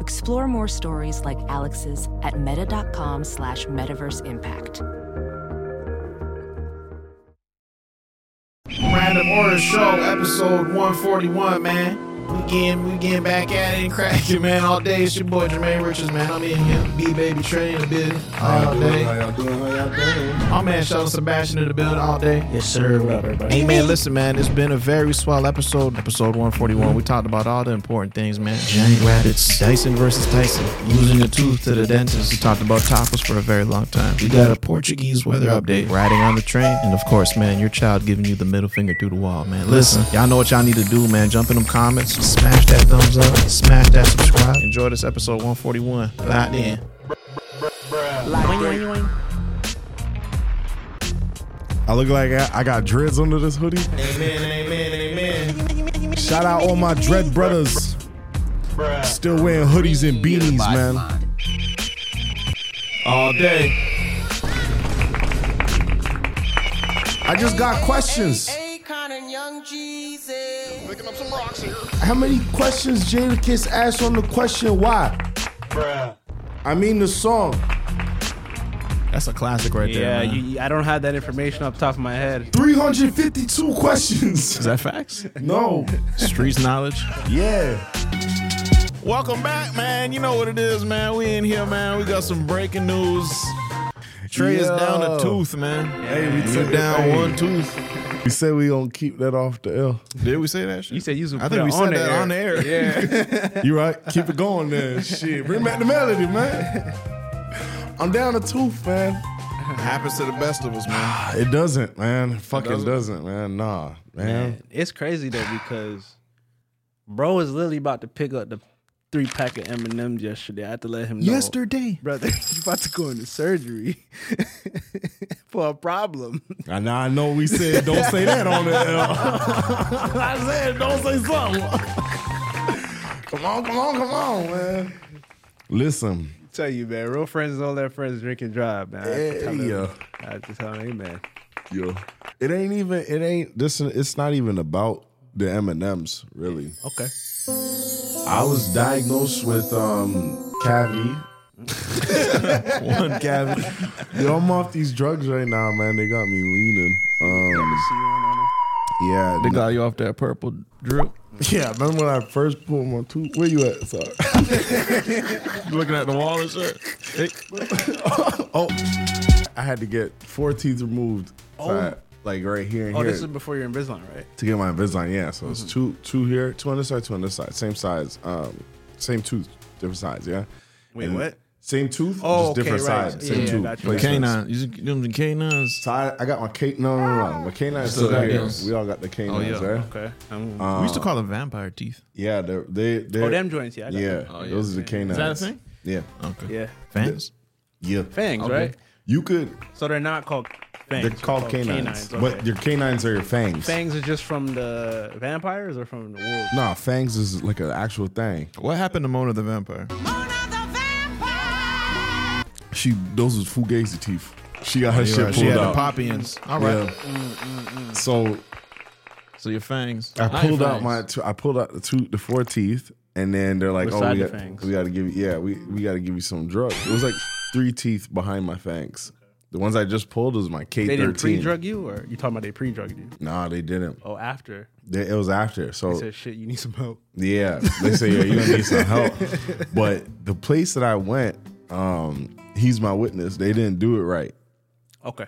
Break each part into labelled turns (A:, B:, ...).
A: Explore more stories like Alex's at meta.com slash metaverse impact.
B: Random Order Show, episode 141, man. We getting, we getting back at it and cracking, man, all day. It's your boy Jermaine Richards, man. I'm in here. B Baby Trey in the building all day.
C: y'all doing? How y'all doing?
B: My man Sheldon Sebastian in the building all day.
C: Yes, sir. What up, everybody?
B: Hey, man, listen, man, it's been a very swell episode, episode 141. We talked about all the important things, man. Johnny Rabbits, Dyson versus Tyson, losing a tooth to the dentist. We talked about tacos for a very long time. We got a Portuguese weather update, riding on the train, and of course, man, your child giving you the middle finger through the wall, man. Listen, y'all know what y'all need to do, man. Jump in them comments, smash that thumbs up, smash that subscribe. Enjoy this episode 141. Locked in.
D: I look like I, I got dreads under this hoodie.
B: Amen, amen, amen.
D: Shout out all my dread brothers. Still wearing hoodies and beanies, man.
B: All day.
D: I just got questions. How many questions Jada Kiss asked on the question why? I mean the song.
B: That's a classic right there.
E: Yeah,
B: man.
E: you, I don't have that information off the top of my head.
D: 352 questions.
B: Is that facts?
D: No.
B: Streets knowledge.
D: Yeah.
B: Welcome back, man. You know what it is, man. We in here, man. We got some breaking news. Trey is
D: Yo.
B: down a tooth, man.
D: Hey, we
B: You
D: took
B: down
D: hey,
B: one tooth.
D: We said we gonna keep that off the L.
B: Did we say that shit?
E: You said you was
B: I
E: gonna
B: think
E: put
B: we
E: it on
B: said
E: the
B: that
E: air.
B: on the air.
E: Yeah.
D: You right? Keep it going then. Shit. Bring back the melody, man. I'm down a tooth, man.
B: Happens to the best of us, man.
D: Ah, It doesn't, man. It fucking
B: doesn't?
D: doesn't? man. Nah, man.
E: it's crazy though because bro is literally about to pick up the three pack of M and M's yesterday. I had to let him know.
D: Yesterday.
E: brother, you about to go into surgery for a problem.
D: I know, I know we said don't say that on the L. I said don't say something. come on, come on, come on, man. Listen.
E: tell you, man, real friends don't let friends drink and drive, man. I had to tell
D: Hey,
E: him.
D: yo.
E: I had to tell him, hey, man.
D: Yo. It ain't even it ain't this it's not even about the M&Ms, really.
E: Okay.
D: I was diagnosed with um cavity.
B: One cavity.
D: Yo, I'm off these drugs right now, man. They got me leaning. Um, yeah,
B: They got you off that purple drip.
D: yeah. Remember when I first pulled my tooth? Where you at? Sorry.
B: Looking at the wall and shit. Hey,
D: Oh, I had to get four teeth removed. So I- like right here and
E: Oh,
D: here
E: this is Mm-hmm. before your Invisalign, right?
D: to get my Invisalign. Yeah, so it's two, two here, two on this side, two on this side, same size, um, same tooth, different size. Yeah.
E: Wait,
D: And
E: what?
D: Same tooth,
E: Oh,
D: just
E: okay,
D: different
E: right.
D: size,
E: Yeah,
D: same
E: yeah,
D: tooth.
E: gotcha.
D: placements.
B: K9. You see them K9s?
D: So I, I got my K. No, no, no, no. My K9 is
B: Still
D: still
B: got
D: here.
B: yours.
D: We all got the K9s,
B: Oh, yeah.
D: right?
E: Okay. Um,
D: Uh,
B: we used to call them vampire teeth.
D: Yeah, they're, they they
E: oh, them joints, yeah. I got
D: Yeah,
E: them.
D: those are the canines.
B: Is that a thing?
D: Yeah,
B: Okay.
E: Yeah.
B: Fans?
D: yeah.
E: Fangs,
B: Okay.
E: right?
D: You could.
E: So they're not called fangs.
D: They're called canines, but
E: Oh, okay.
D: your canines are your fangs.
E: fangs are just from the vampires or from the wolves?
D: Nah, fangs is like an actual thing.
B: What happened to Mona the vampire?
D: She those was fugazi teeth. She got her shit
B: Yeah, she
D: pulled
B: had the
D: out.
B: poppins. All
D: Yeah.
B: right.
E: Mm,
D: So
B: So your fangs.
D: I
B: Not
D: pulled
B: your
D: out
B: fangs.
D: my two, I pulled out the two the four teeth, and then they're like,
E: Which
D: oh,
E: side
D: we
E: the
D: got,
E: fangs?
D: we got to give you yeah we we got to give you some drugs. It was like three teeth behind my fangs. The ones I just pulled was my K
E: They didn't pre
D: thirteen.
E: drug you or you talking about they pre drugged you?
D: Nah, they didn't.
E: Oh, after.
D: They, it was after. So
E: They said, shit, you need some help.
D: Yeah, they say yeah, you gonna need some help. But the place that I went, um, he's my witness. They didn't do it right.
E: Okay.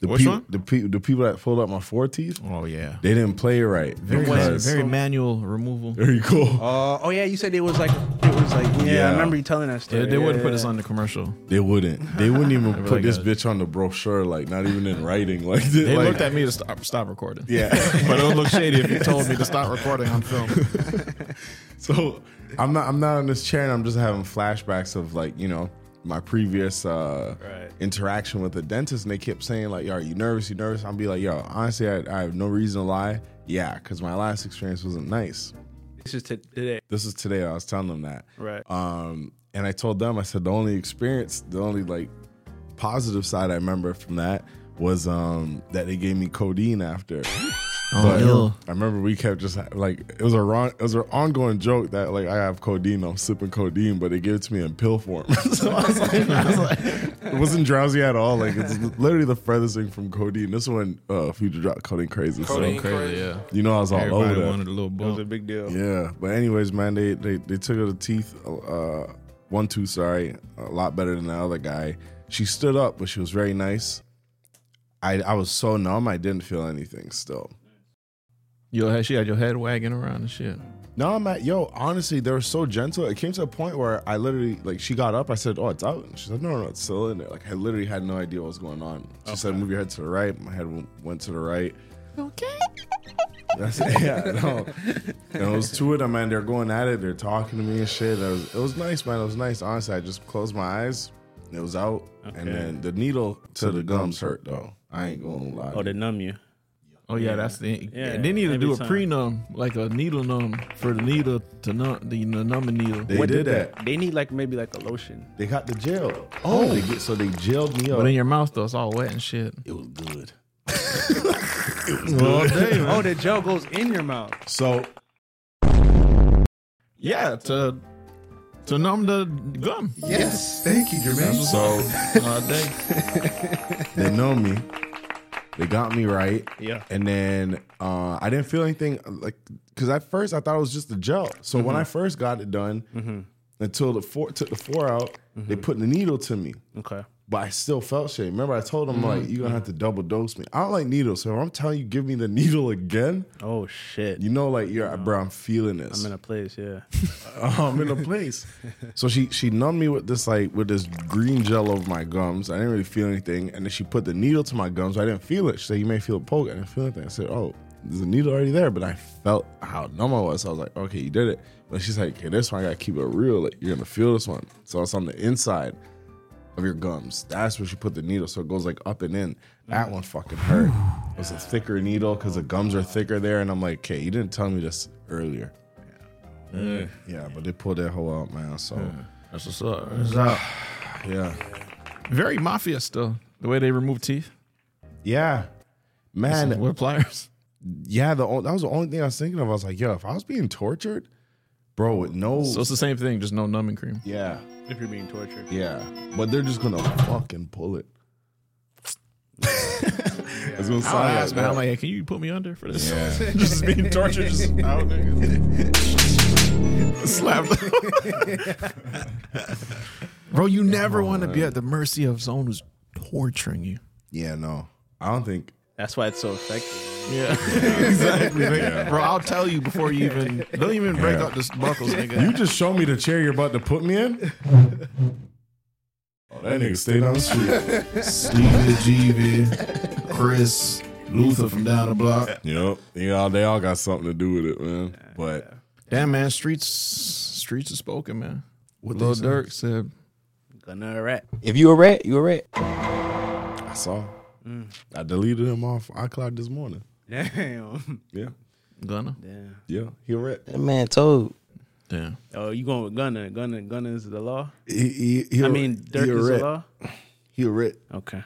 D: The
B: Which
D: peop-
B: one?
D: The, pe- the people that pulled up my four teeth,
B: Oh yeah.
D: they didn't play it right.
B: Very,
D: because-
B: very manual removal.
D: There you go.
E: Uh, oh, yeah, you said it was like, it was like, yeah,
D: Yeah.
E: I remember you telling that story.
B: They, they wouldn't put us
E: yeah.
B: on the commercial.
D: They wouldn't. They wouldn't even put
B: like
D: this
B: a-
D: bitch on the brochure. Like not even in writing. Like this,
B: They
D: like,
B: looked at me to stop, stop recording.
D: Yeah.
B: but it would look shady if you told me to stop recording on film.
D: So I'm not I'm not on this chair and I'm just having flashbacks of like, you know, my previous uh interaction with the dentist and they kept saying like, yo, are you nervous? You nervous? I'll be like, yo, honestly, I, I have no reason to lie. Yeah, because my last experience wasn't nice.
E: It's just today.
D: This is today. I was telling them that.
E: Right.
D: Um, and I told them, I said the only experience, the only like positive side I remember from that was um that they gave me codeine after.
B: Oh, ill.
D: I remember we kept just like it was a wrong, it was an ongoing joke that like I have codeine, I'm sipping codeine, but they gave it to me in pill form. so I was, like, I was like, it wasn't drowsy at all. Like it's literally the furthest thing from codeine. This one, uh, Future dropped codeine crazy.
B: Going
D: So
B: crazy, yeah.
D: you know I was all
B: Everybody
D: over that.
B: wanted a little
E: It was a
B: bump.
E: big deal.
D: Yeah, but anyways, man, they they, they took her the teeth, uh, one two, sorry, a lot better than the other guy. She stood up, but she was very nice. I I was so numb, I didn't feel anything. Still,
B: Yo, she had your head wagging around and shit.
D: no, I'm at yo. Honestly, they were so gentle. It came to a point where I literally like she got up. I said, "Oh, it's out." And she said, "No, no, it's still in there." Like I literally had no idea what was going on. She said, "Move your head to the right." My head w- went to the right. That's yeah, no. And it was two of them, man. They're going at it. They're talking to me and shit. It was, it was nice, man. It was nice. Honestly, I just closed my eyes. It was out, and then the needle to the gums hurt though. I ain't gonna lie.
E: Oh, they numb you.
B: Oh yeah, that's the.
E: Yeah,
B: they need to
E: every
B: do a
E: time.
B: prenum, like a needle numb for the needle to numb the, the numbing needle.
D: they did that.
E: They need like maybe like a lotion.
D: They got the gel. Oh, they get, so they gelled me up.
B: But in your mouth though, it's all wet and shit.
D: it was good.
E: Oh, the gel goes in your mouth.
D: So
B: Yeah, to to numb the gum.
C: Yes. Thank you, Jermaine.
D: so
B: Uh, they,
D: they know me. They got me right.
E: Yeah.
D: And then uh, I didn't feel anything like because at first I thought it was just the gel. So
E: Mm-hmm.
D: when I first got it done, until the four took the four out, they
E: Mm-hmm.
D: put the needle to me.
E: Okay.
D: But I still felt shit. Remember, I told them like
E: Mm-hmm.
D: you're gonna have to double dose me. I don't like needles, so if I'm telling you give me the needle again,
E: Oh shit.
D: you know like you're bro, I'm feeling this.
E: I'm in a place. Yeah.
D: I'm in a place. so she she numbed me with this like with this green gel over my gums. I didn't really feel anything, and then she put the needle to my gums. I didn't feel it. She said, "You may feel a poke." I didn't feel anything. I said, "Oh, there's a needle already there," but I felt how numb I was. I was like, "Okay, you did it." But she's like, "Okay, this one I gotta keep it real. Like you're gonna feel this one." So it's on the inside of your gums. That's where she put the needle, so it goes like up and in. That one fucking hurt. It was a thicker needle because the gums are thicker there, and I'm like, "Okay, you didn't tell me this earlier." Yeah, but they pulled that hoe out, man. So
B: that's what's up. It's out.
D: yeah,
B: Very mafia still. The way they remove teeth
D: yeah, man.
B: with pliers.
D: yeah, the o- that was the only thing I was thinking of. I was like, yo, if I was being tortured, bro, with no,
B: So it's the same thing, just no numbing cream.
D: yeah,
E: if you're being tortured.
D: yeah, but they're just gonna fucking pull it. It's gonna
B: I
D: sound
B: asked,
D: like
B: man,
D: that.
B: I'm like, hey, can you put me under for this?
D: Yeah.
B: just being tortured, just out niggas. Slapped. Bro, you never want to be at the mercy of someone who's torturing you.
D: yeah, no, I don't think.
E: That's why it's so effective.
B: Yeah, exactly. nigga. Bro, I'll tell you before you even don't even break
D: Yeah.
B: up the buckles, nigga.
D: You just show me the chair you're about to put me in. Oh, that nigga stayed on the street.
B: Stevie, GV, Chris, Luther from down the block.
D: yep, yeah, they all got something to do with it, man. But
B: Damn man, streets streets is spoken, man. What Lil Durk said,
E: Gonna rat.
F: If you a rat, you a rat.
D: I saw.
E: Mm.
D: I deleted him off iCloud this morning.
E: Damn.
D: Yeah.
B: Gunna.
E: Damn.
D: Yeah. He read.
F: That man told.
B: Damn.
E: Oh, you going with Gunna? Gunna? Gunna is the law.
D: He, he, he
E: I
D: a-
E: mean, Dirk
D: he a
E: is the
D: rat.
E: law.
D: He a rat.
E: Okay.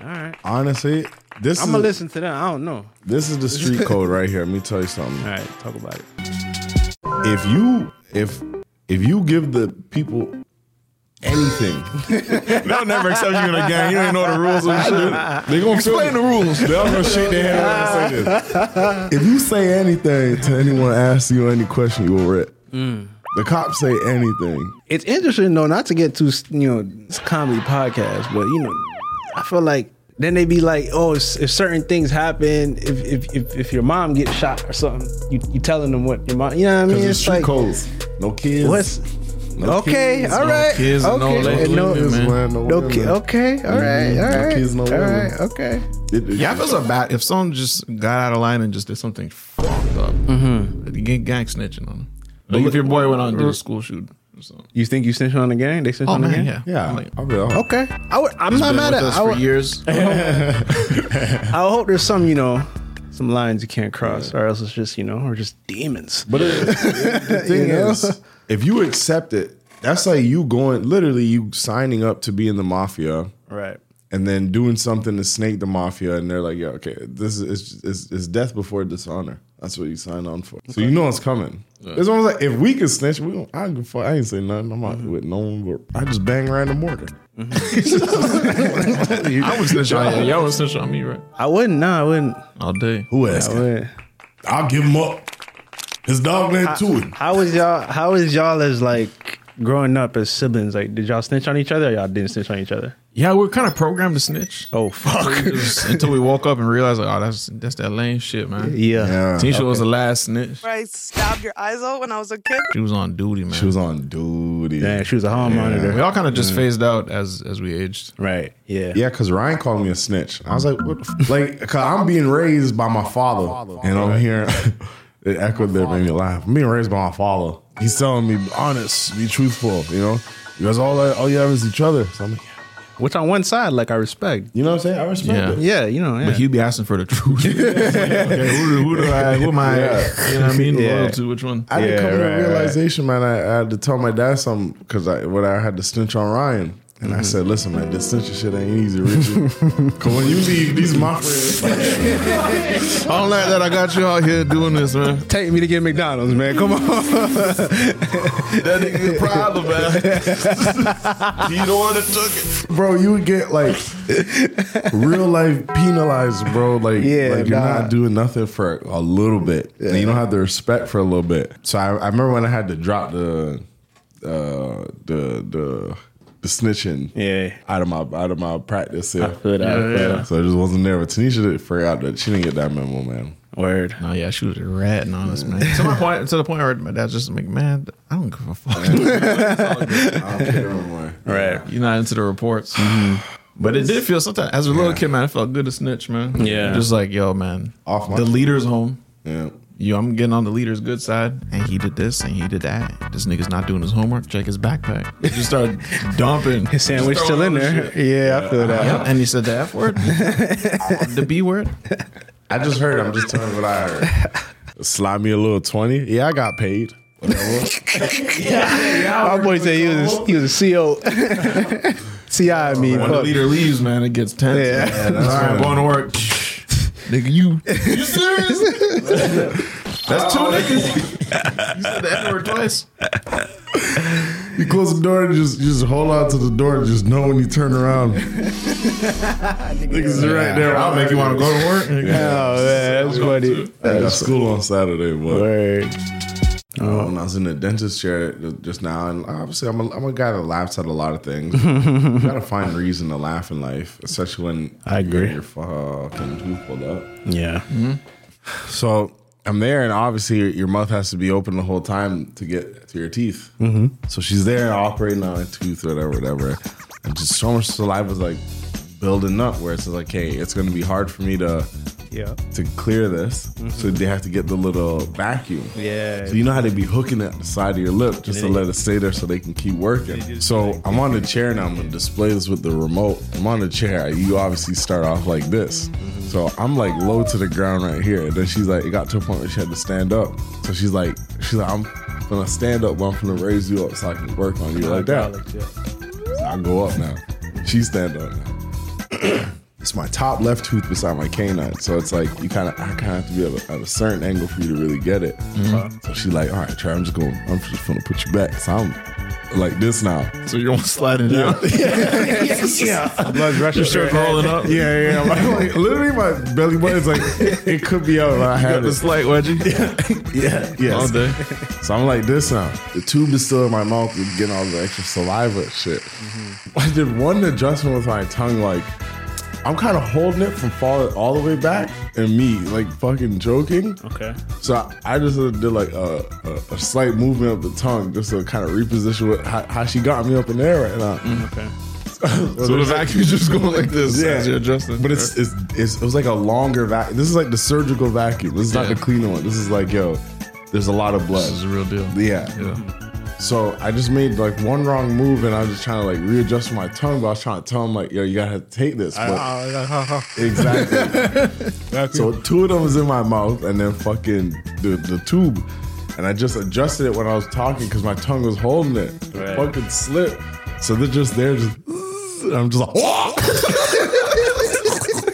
E: All right.
D: Honestly, this
E: I'm
D: is
E: gonna listen to that. I don't know.
D: this is the street code right here. Let me tell you something.
E: All right, talk about it.
D: If you if if you give the people anything, they'll never accept you in a gang. You ain't know the rules and shit. They gonna explain the rules. They're gonna shake their head and say this. If you say anything to anyone, ask you any question, you a rat.
E: Mm.
D: The cops say anything.
E: It's interesting though, not to get too you know it's a comedy podcast, but you know, I feel like then they be like, oh, if, if certain things happen, if, if if if your mom gets shot or something, you you telling them what your mom, you know what I mean?
D: Because it's street
E: like
D: codes. No kids.
E: what's
D: No
E: okay,
D: kids,
E: all
B: no
E: right,
B: kids, no
E: okay,
B: ladies,
E: and no,
B: women,
E: no,
B: man.
D: women.
E: ki- okay, all right,
D: Mhm.
E: all
D: No
E: right,
D: kids, no
E: all
D: women.
E: right, okay.
D: It- it-
B: Yeah, if it's a bad, if someone just got out of line and just did something fucked up, mm-hmm. gang, gang snitching on them. Like if your boy went out and did a school shooting. or something.
E: You think you snitching on the gang? They snitching
B: Oh
E: on the
B: man,
E: gang?
B: yeah,
D: Yeah,
B: Like,
D: I'll be all-
E: Okay. I would, I'm not
B: been
E: mad
B: with
E: at
B: us
E: I
B: for
E: would,
B: years.
E: I would hope there's some, you know, some lines you can't cross, or else it's just, you know, or just demons.
D: But it, the thing is, if you accept it, that's like you going literally you signing up to be in the mafia
E: Right.
D: and then doing something to snake the mafia, and they're like, yeah, okay, this is it's, it's death before dishonor. That's what you sign on for. So you know it's coming. It's almost like if we could snitch, we don't, I, don't give a fuck. I ain't say nothing. I'm
B: Mm-hmm.
D: out with no one, but I just bang random Morgan.
B: Mm-hmm. I would snitch on you. Y'all would snitch on me, right?
E: I wouldn't. No, I wouldn't.
B: All day.
D: Who
E: I
D: asked?
E: wouldn't.
D: I'll give him up. His dog went to it.
E: How was y'all? How was y'all as like growing up as siblings? Like, did y'all snitch on each other? or Y'all didn't snitch on each other.
B: Yeah, we're kind of programmed to snitch.
E: Oh fuck.
B: Just until we woke up and realized, like, oh, that's that's that lame shit, man.
E: Yeah.
D: Yeah.
B: Tisha was the last snitch.
G: I stabbed your eyes out when I was a kid.
B: She was on duty, man.
D: She was on duty.
E: Damn, she was a hall
B: we
E: monitor.
B: all kind of just phased out as as we aged.
E: Right. Yeah.
D: Yeah, because Ryan called me a snitch. I was like, what? The f-? Like, because I'm being raised by my father. And I'm here. it echoed there, made me laugh. I'm being raised by my father. He's telling me, be honest, be truthful, you know? Because all, I, all you have is each other. So I'm like, yeah.
E: Which on one side, like I respect.
D: you know what I'm saying? I respect
B: Yeah.
D: it.
E: Yeah. You know. Yeah.
B: But he'd be asking for the truth. Okay, who, who do I? Who am I? You know what I mean?
E: Yeah.
B: Loyal to which one?
D: I didn't
E: Yeah,
D: come to a
E: right, right.
D: realization, man. I, I had to tell my dad something because I, when I had to snitch on Ryan. And
E: Mm-hmm.
D: I said, listen, man, this snitching shit ain't easy, Richard. Because when you leave, these my friends.
B: I don't like that. I got you out here doing this, man.
E: take me to get McDonald's, man. Come on.
B: That nigga's a problem, man.
D: You don't want to took it, bro. You would get like real life penalized, bro. Like,
E: Yeah,
D: like you're
E: nah.
D: not doing nothing for a little bit. And you don't have the respect for a little bit. So I, I remember when I had to drop the uh, the the the snitching
E: Yeah.
D: out of my out of my practice. here.
E: feel that, I feel
D: yeah. So I just wasn't there. But Tanisha didn't figure out that she didn't get that memo, man.
E: Word.
B: No, yeah, she was a rat and honest, man. To my point, to the point where my dad's just like, man, I don't give a fuck.
D: I don't care no more.
E: Right.
B: You're not into the reports. Mm-hmm. But it did feel sometimes as a little kid, man. It felt good to snitch, man.
E: Yeah.
B: just like yo, man.
D: Off my-
B: the leader's home.
D: Yeah.
B: Yo, I'm getting on the leader's good side, and he did this and he did that. This nigga's not doing his homework. Check his backpack. He just started dumping
E: His sandwich
B: Just
E: still in
B: throwing all
D: Oh,
E: there.
B: this shit.
E: Yeah, I feel that.
B: Yep, and he said the F word, the B word.
D: I just heard. I'm just telling what I heard. Slide me a little twenty. Yeah, I got paid. Whatever.
E: My boy said he was a, he was a CO. CI, I mean,
B: When the
E: fuck.
B: leader leaves, man, it gets tense.
E: Yeah.
B: man. All right, I'm going to work. Nigga, you you serious? That's two niggas. You said the F word twice.
D: You close the door and just just hold on to the door and just know when you turn around. Niggas are right there.
B: I'll make you want to go to work.
E: Oh, man, that's funny.
D: I got school on Saturday, boy.
E: Word. Oh.
D: Uh, when I was in the dentist chair uh, just now, and obviously I'm a, I'm a guy that laughs at a lot of things. you gotta find reason to laugh in life, especially when
E: I agree.
D: Your fucking tooth pulled up.
E: Yeah.
D: So I'm there, and obviously your, your mouth has to be open the whole time to get to your teeth.
E: Mm-hmm.
D: So she's there operating on a tooth, whatever, whatever, and just so much saliva's like building up, where it's just like, hey, it's gonna be hard for me to
E: Yeah.
D: to clear this. So they have to get the little vacuum.
E: Yeah.
D: So you know how they be hooking at the side of your lip just to let it stay there so they can keep working. So I'm on the chair now. I'm gonna display this with the remote. I'm on the chair. You obviously start off like this. So I'm like low to the ground right here. And then she's like, it got to a point where she had to stand up. So she's like, she's like, I'm gonna stand up, but I'm gonna raise you up so I can work on you like that. I go up now. She stand up now. it's my top left tooth beside my canine, so it's like you kind of I kind of have to be at a, at a certain angle for you to really get it. So she's like, "All right, Trey, I'm just going. to I'm just gonna put you back." So I'm like this now.
B: So you don't slide it down.
E: Blood rushing.
B: Your shirt's rolling up. You
D: Yeah, yeah. My, like, literally, my belly button is like it could be out. but I
B: got
D: had
B: the
D: this.
B: slight wedgie.
D: Yeah, yes.
B: All day.
D: So I'm like this now. The tube is still in my mouth and getting all the extra saliva and shit.
B: Mm-hmm.
D: I did one adjustment with my tongue, like I'm kind of holding it from falling all the way back, and me like fucking joking.
E: Okay.
D: So I, I just uh, did like a, a, a slight movement of the tongue just to kind of reposition what, how, how she got me up in the air right now.
E: Okay.
B: Mm-hmm. So the vacuum's just going like this
D: Yeah.
B: as you're adjusting.
D: But it's, it's, it's it was like a longer vacuum. This is like the surgical vacuum. This is not
B: Yeah.
D: the cleaner one. This is like yo, There's a lot of blood.
B: This is a real deal.
D: Yeah.
B: Yeah.
D: So I just made like one wrong move, and I was just trying to like readjust my tongue. But I was trying to tell him like, "Yo, you gotta take this." But exactly. so two of them was in my mouth, and then fucking the, the tube, and I just adjusted it when I was talking because my tongue was holding it. It
E: Right.
D: Fucking slipped. So they're just there, just. and I'm just like.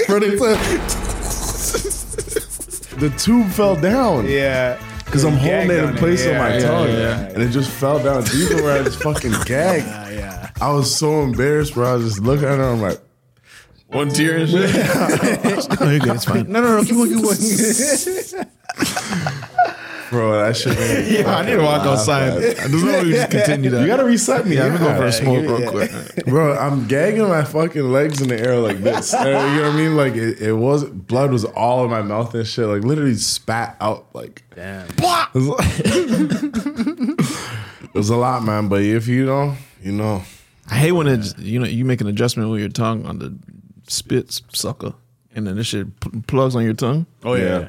D: Bro, they put- the tube fell down.
E: Yeah.
D: Because I'm holding it in place with my
E: yeah,
D: tongue,
E: yeah.
D: and it just fell down deeper where I just fucking gagged. I was so embarrassed, bro. I was just looking at her. I'm like,
B: One tear and shit. no, you're good. It's fine.
E: No, no, no. Keep on, keep on.
D: bro, that shit. made
B: I
D: me
B: need to walk outside. There's no way we just continue that.
D: You gotta reset me.
B: yeah, I'm going for a smoke
D: bro.
B: real quick.
D: Bro, I'm gagging my fucking legs in the air like this. you know what I mean? Like it, it was blood was all in my mouth and shit. Like literally spat out. Like
E: Damn.
D: It was, it was a lot, man. But if you know, you know.
B: I hate when it's you know you make an adjustment with your tongue on the spit sucker, and then this shit pl- plugs on your tongue.
E: Oh yeah.
B: So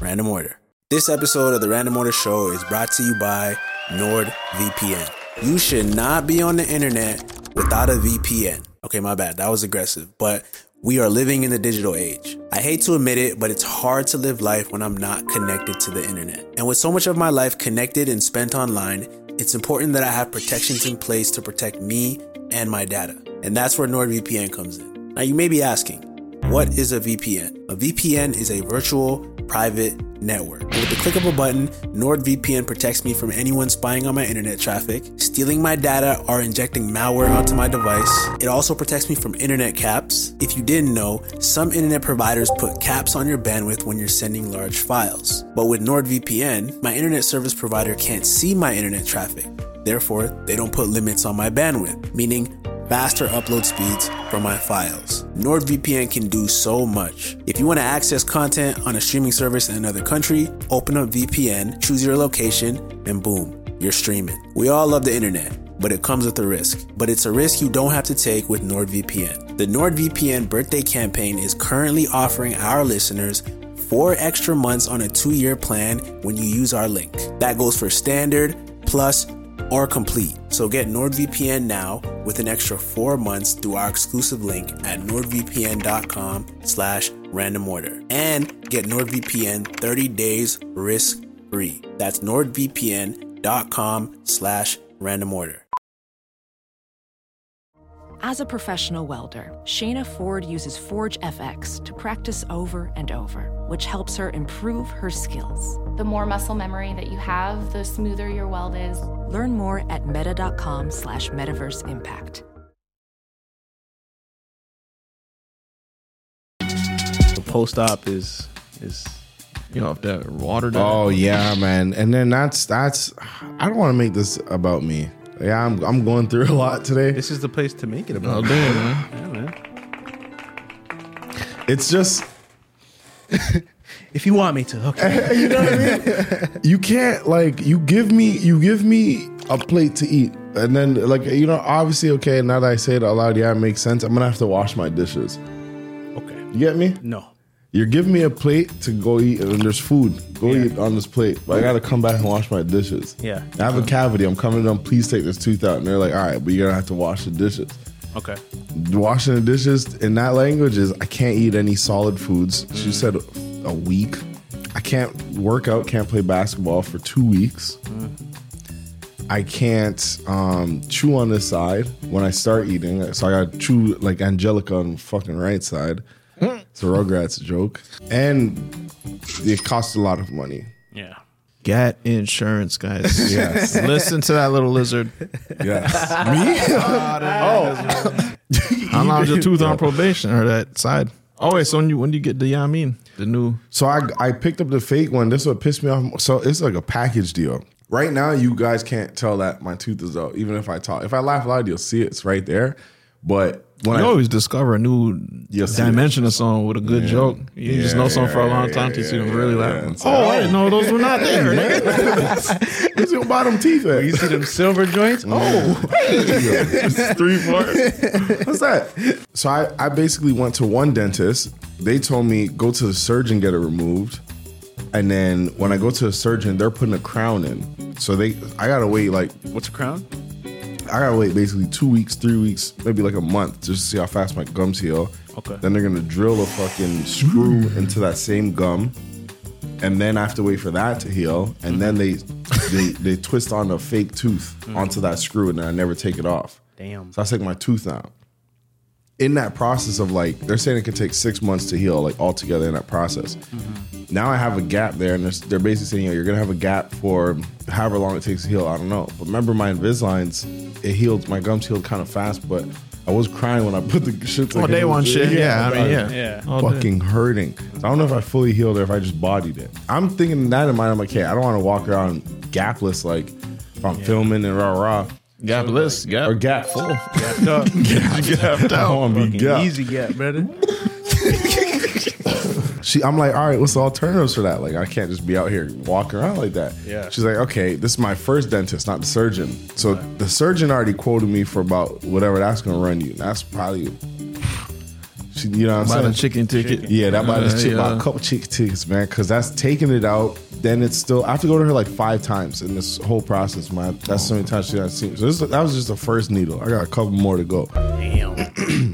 H: Random Order. This episode of the Random Order Show is brought to you by NordVPN. You should not be on the internet without a VPN. Okay, my bad. That was aggressive, but we are living in the digital age. I hate to admit it, but it's hard to live life when I'm not connected to the internet. And with so much of my life connected and spent online, it's important that I have protections in place to protect me and my data. And that's where NordVPN comes in. Now, you may be asking, what is a VPN? A VPN is a virtual private network. With the click of a button, NordVPN protects me from anyone spying on my internet traffic, stealing my data, or injecting malware onto my device. It also protects me from internet caps. If you didn't know, some internet providers put caps on your bandwidth when you're sending large files. But with NordVPN, my internet service provider can't see my internet traffic. Therefore, they don't put limits on my bandwidth, meaning faster upload speeds for my files. NordVPN can do so much. If you want to access content on a streaming service in another country, open up VPN, choose your location, and boom, you're streaming. We all love the internet, but it comes with a risk. But it's a risk you don't have to take with NordVPN. The NordVPN birthday campaign is currently offering our listeners four extra months on a two year plan when you use our link. That goes for standard, plus, or complete. So get NordVPN now with an extra four months through our exclusive link at nordvpn.com slash random order. And get NordVPN 30 days risk free. That's nordvpn.com slash random order.
A: As a professional welder, Shayna Ford uses Forge FX to practice over and over, which helps her improve her skills.
I: The more muscle memory that you have, the smoother your weld is.
A: Learn more at meta.com slash metaverse impact.
E: The post op is is
B: You know, if that water.
D: Oh yeah, man. And then that's that's. I don't want to make this about me. Yeah, I'm I'm going through a lot today.
E: this is the place to make it
B: Oh
E: about.
B: damn, man.
E: Yeah, man.
D: It's just
E: If you want me to, okay.
D: you can't like you give me you give me a plate to eat and then like you know obviously okay now that I say it out loud yeah it makes sense I'm gonna have to wash my dishes.
E: okay.
D: You get me?
E: No.
D: You're giving me a plate to go eat, and then there's food. Go eat on this plate, but I gotta come back and wash my dishes.
J: Yeah.
D: I have a cavity. I'm coming to them. Please take this tooth out. And they're like, all right, but you're gonna have to wash the dishes.
J: Okay.
D: Washing the dishes in that language is I can't eat any solid foods. She said a week. I can't work out. Can't play basketball for two weeks. I can't um, chew on this side when I start eating. So I got to chew like Angelica on the fucking right side. It's a Rugrats joke. And it costs a lot of money.
J: Yeah.
B: Get insurance, guys.
D: Yes.
B: Listen to that little lizard.
D: Yes.
B: Me? oh. How long is your tooth on probation or that side? Oh, wait. So when you when do you get the Yamin? The new.
D: So I I picked up the fake one. This is what pissed me off. So it's like a package deal. Right now, you guys can't tell that my tooth is out. Even if I talk, if I laugh loud, you'll see it's right there. But when
B: you
D: I
B: always discover a new
D: see
B: dimension of something with a good joke. You just know something for a long time until you see them really laugh. oh, I didn't know those were not there.
D: Where's your bottom teeth at?
E: You see them silver joints? Oh,
D: It's three parts. What's that? So I, I basically went to one dentist. They told me go to the surgeon get it removed, and then when I go to the surgeon, they're putting a crown in. So they I gotta wait like
E: what's a crown?
D: I gotta wait basically two weeks, three weeks, maybe like a month just to see how fast my gums heal.
J: Okay.
D: Then they're gonna drill a fucking screw into that same gum, and then I have to wait for that to heal, and then they they they twist on a fake tooth onto that screw, and then I never take it off.
E: Mm. Damn.
D: So I take my tooth out. In that process of like, they're saying it could take six months to heal, like altogether in that process. Now I have a gap there, and they're- they're basically saying, you know, you're gonna have a gap for however long it takes to heal. I don't know. But remember, my Invisaligns, it healed, my gums healed kind of fast, but I was crying when I put the shit
B: Oh, day one shit. Yeah, I mean, yeah. Yeah. All day.
D: Fucking hurting. So I don't know if I fully healed or if I just bodied it. I'm thinking that in mind, I'm like, hey, I don't wanna walk around gapless, like if I'm filming and rah rah.
B: Gapless, gap. Or
D: gap full.
E: Gapped up.
D: Gapped out. I wanna be gapped.
E: Easy gap, brother.
D: She, I'm like, all right, what's the alternatives for that? Like, I can't just be out here walking around like that.
E: Yeah.
D: She's like, okay, this is my first dentist, not the surgeon. So the surgeon already quoted me for about whatever that's gonna run you. That's probably, she, you know, what I'm
B: Buy
D: saying?
B: the chicken ticket.
D: Yeah, that might
B: Uh,
D: just chip
B: yeah.
D: out a couple chick tickets, man, because that's taking it out. Then it's still I have to go to her like five times in this whole process, man. That's so many times she got seen. So this, that was just the first needle. I got a couple more to go.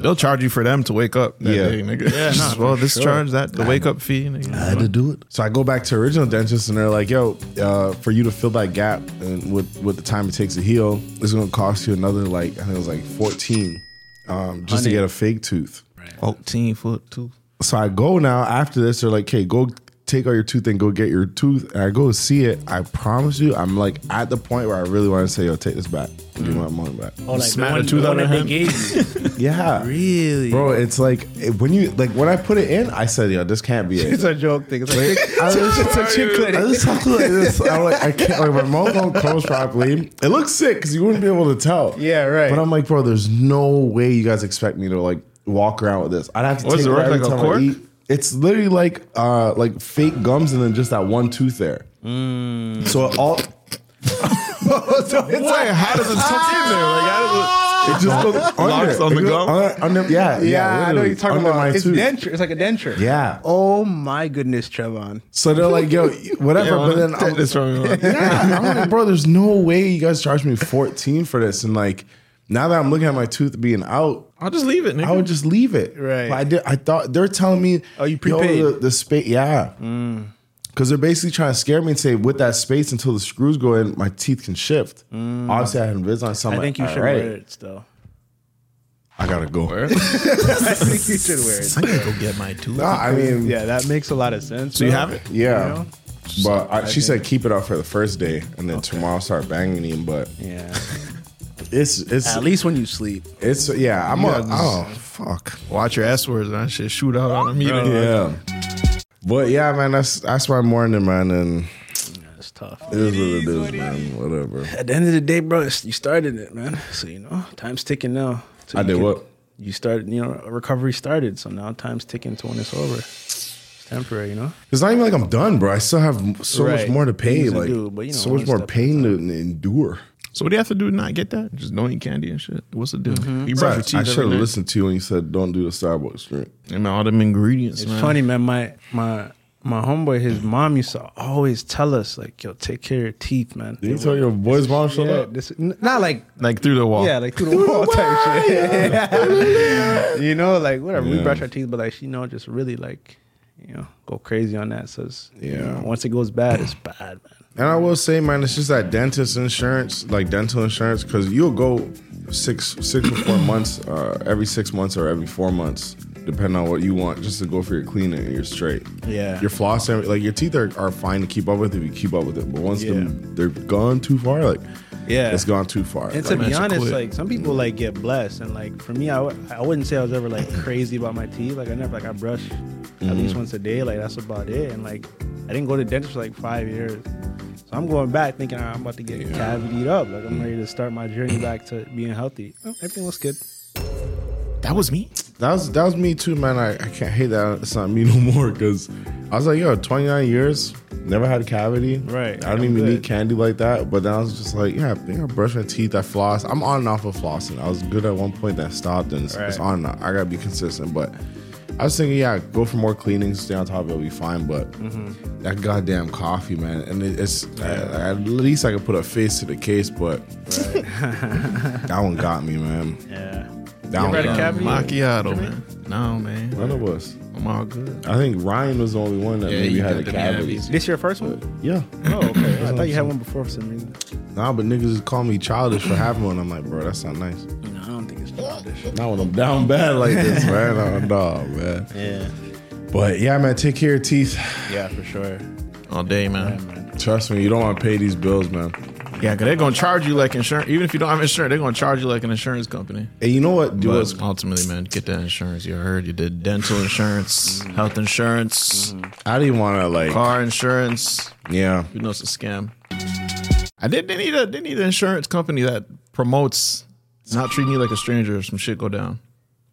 B: They'll charge you for them to wake up. That
D: Yeah.
B: day, nigga. Just, well, this charge that the wake up fee. Nigga.
D: I had to do it. So I go back to original dentist and they're like, yo, uh, for you to fill that gap and with, with the time it takes to heal, it's gonna cost you another like I think it was like 14 um, just to get a fake tooth.
B: Fourteen foot two.
D: So I go now after this, they're like, hey, go take out your tooth and go get your tooth. And I go see it. I promise you, I'm like at the point where I really want to say, yo, take this back. Give me my money back.
J: Oh, like
B: Smack
J: the
B: the
J: one,
B: tooth
J: the one
B: out of
J: that they
B: him.
J: gave you.
D: Yeah.
J: really?
D: Bro, it's like it- when you like when I put it in, I said, yo, this can't be it.
E: It's a joke thing. It's a
D: Like,
E: chick,
D: I was
E: it's a chick
D: I
E: clinic.
D: just talk like this. I'm like, I can't. Like my mouth don't close properly. It looks sick because you wouldn't be able to tell.
E: Yeah, right.
D: But I'm like, bro, there's no way you guys expect me to like walk around with this. I'd have to
B: What does
D: take
B: it
D: it
B: look
D: every
B: like, a
D: time
B: cork?
D: I eat. It's literally like uh like fake gums and then just that one tooth there.
B: Mm.
D: So it all. so it's like, how does it tuck in there? Like, how does it? It just goes
B: Locks
D: under.
B: on the
D: It goes
B: gum?
D: under- under- yeah, yeah.
E: Yeah, I know
D: literally,
E: you're talking
D: under
E: about.
D: my
E: It's
D: tooth.
E: denture. It's like a denture.
D: Yeah.
E: Oh my goodness, Trevon.
D: So they're like, yo, whatever.
B: Yeah,
D: but then
B: take
D: I'm,
B: this from me.
D: yeah, I'm like, bro, there's no way you guys charged me 14 for this. And like, now that I'm looking at my tooth being out,
B: I'll just leave it, nigga.
D: I would just leave it.
E: Right.
D: But I did. I thought they're telling me.
E: Oh, you
D: yo,
E: prepaid. Mm.
D: the, the space. Yeah. Because they're basically trying to scare me and say, with that space until the screws go in, my teeth can shift. Obviously, I had Invisalign. So I'm
E: Mm. I think you
D: like,
E: should
D: all right,
E: wear it though.
D: I gotta go.
E: I think you should wear it.
B: I gotta go get my tooth.
D: Nah, I mean, yeah.
E: Yeah, that makes a lot of sense.
B: So you
E: bro.
B: have it?
D: But I, she said keep it up for the first day, and then tomorrow start banging him. But
E: Yeah.
D: it's it's
E: At least when you sleep.
D: It's yeah. I'm on.
B: Yeah,
D: Oh fuck.
B: Watch your S words and that shit shoot out on a meeting.
D: Yeah. But yeah, man, that's that's my morning, man, and
E: That's tough.
D: it is what it is, man. Whatever.
E: At the end of the day, bro, it's, you started it, man. So you know, time's ticking now. So
D: I
E: you
D: did
E: can-
D: what?
E: You started, you know, recovery started. So now time's ticking to when it's over. It's temporary, you know.
D: It's not even like I'm done, bro. I still have so much
E: Right.
D: more to pay.
E: Things to
D: like
E: do, but, you know,
D: so
E: one
D: much more
E: step at a
D: pain to endure.
B: So what do you have to do to not get that? Just don't eat candy and shit. What's the deal? You brush your
D: Right. I
B: teeth
D: should have
B: every day.
D: listened to you when you said don't do the Starbucks drink.
B: I mean, all them ingredients.
E: It's
B: man.
E: funny, man. My my my homeboy, his mom used to always tell us like, "Yo, take care of your teeth, man."
D: Did you tell your boy's mom showed
E: Yeah,
D: up?
E: this, n- not like
B: Like through the wall.
E: yeah, like through the wall type shit. you know, like whatever. We
D: Yeah.
E: brush our teeth, but like she know, just really like you know, go crazy on that. So it's, you
D: Yeah.
E: know, once it goes bad, it's bad, man.
D: And I will say, man, it's just that dentist insurance, like dental insurance, because you'll go six, six or four months, uh, every six months or every four months, depending on what you want, just to go for your cleaning and your straight.
E: Yeah.
D: Your floss, and like your teeth are, are fine to keep up with if you keep up with it, but once
E: Yeah.
D: them, they're gone too far, like
E: Yeah.
D: it's gone too far.
E: And to
D: Like,
E: be
B: should
E: honest,
B: quit.
E: like some people like get blessed, and like for me, I w- I wouldn't say I was ever like crazy about my teeth. Like I never like I brush at least once a day. Like that's about it. And like I didn't go to dentist for like five years, so I'm going back thinking "Ah, I'm about to get cavity up. Like I'm ready to start my journey back to being healthy. Oh, everything looks good.
B: That was me.
D: That was that was me too, man. I, I can't hate that it's not me no more because I was like, yo, 29 years, never had a cavity.
E: Right.
D: I don't
E: I'm
D: even
E: good.
D: need candy like that. But then I was just like, yeah, I think I brush my teeth, I floss. I'm on and off of flossing. I was good at one point, then I stopped, and it's, it's
E: Right.
D: on and off. I gotta be consistent. But I was thinking, yeah, go for more cleanings, stay on top of it, will be fine. But
E: Mm-hmm.
D: that goddamn coffee, man, and it, it's I- I- at least I could put a face to the case, but that one got me, man.
E: Yeah.
D: That one
E: ever had a
D: got
E: cavity?
D: me.
B: Macchiato, man. No, man.
D: None of us.
B: I'm all good.
D: I think Ryan was the only one that maybe
B: you
D: had
B: got
D: a
B: the
D: cavity.
B: cavities.
E: This your first one?
D: Yeah.
E: Oh, okay. I thought you had one before for some reason.
D: Nah, but niggas just call me childish for having one. I'm like, bro, that's not nice.
E: No, I don't think it's childish.
D: Not when I'm down bad like this, man. Oh, no, man.
E: Yeah.
D: But yeah, man, take care of your teeth.
E: Yeah, for sure.
B: All day, man.
D: Trust me, you don't want to pay these bills, man.
B: Yeah, because they're going to charge you like insurance. Even if you don't have insurance, they're going to charge you like an insurance company.
D: And you know what? Do what's
B: But ultimately, man, get that insurance. You heard you did dental insurance, health insurance,
D: I didn't want to like.
B: car insurance.
D: Yeah.
B: You know, it's a scam. I did. They need a. They need an insurance company that promotes not treating you like a stranger if some shit go down.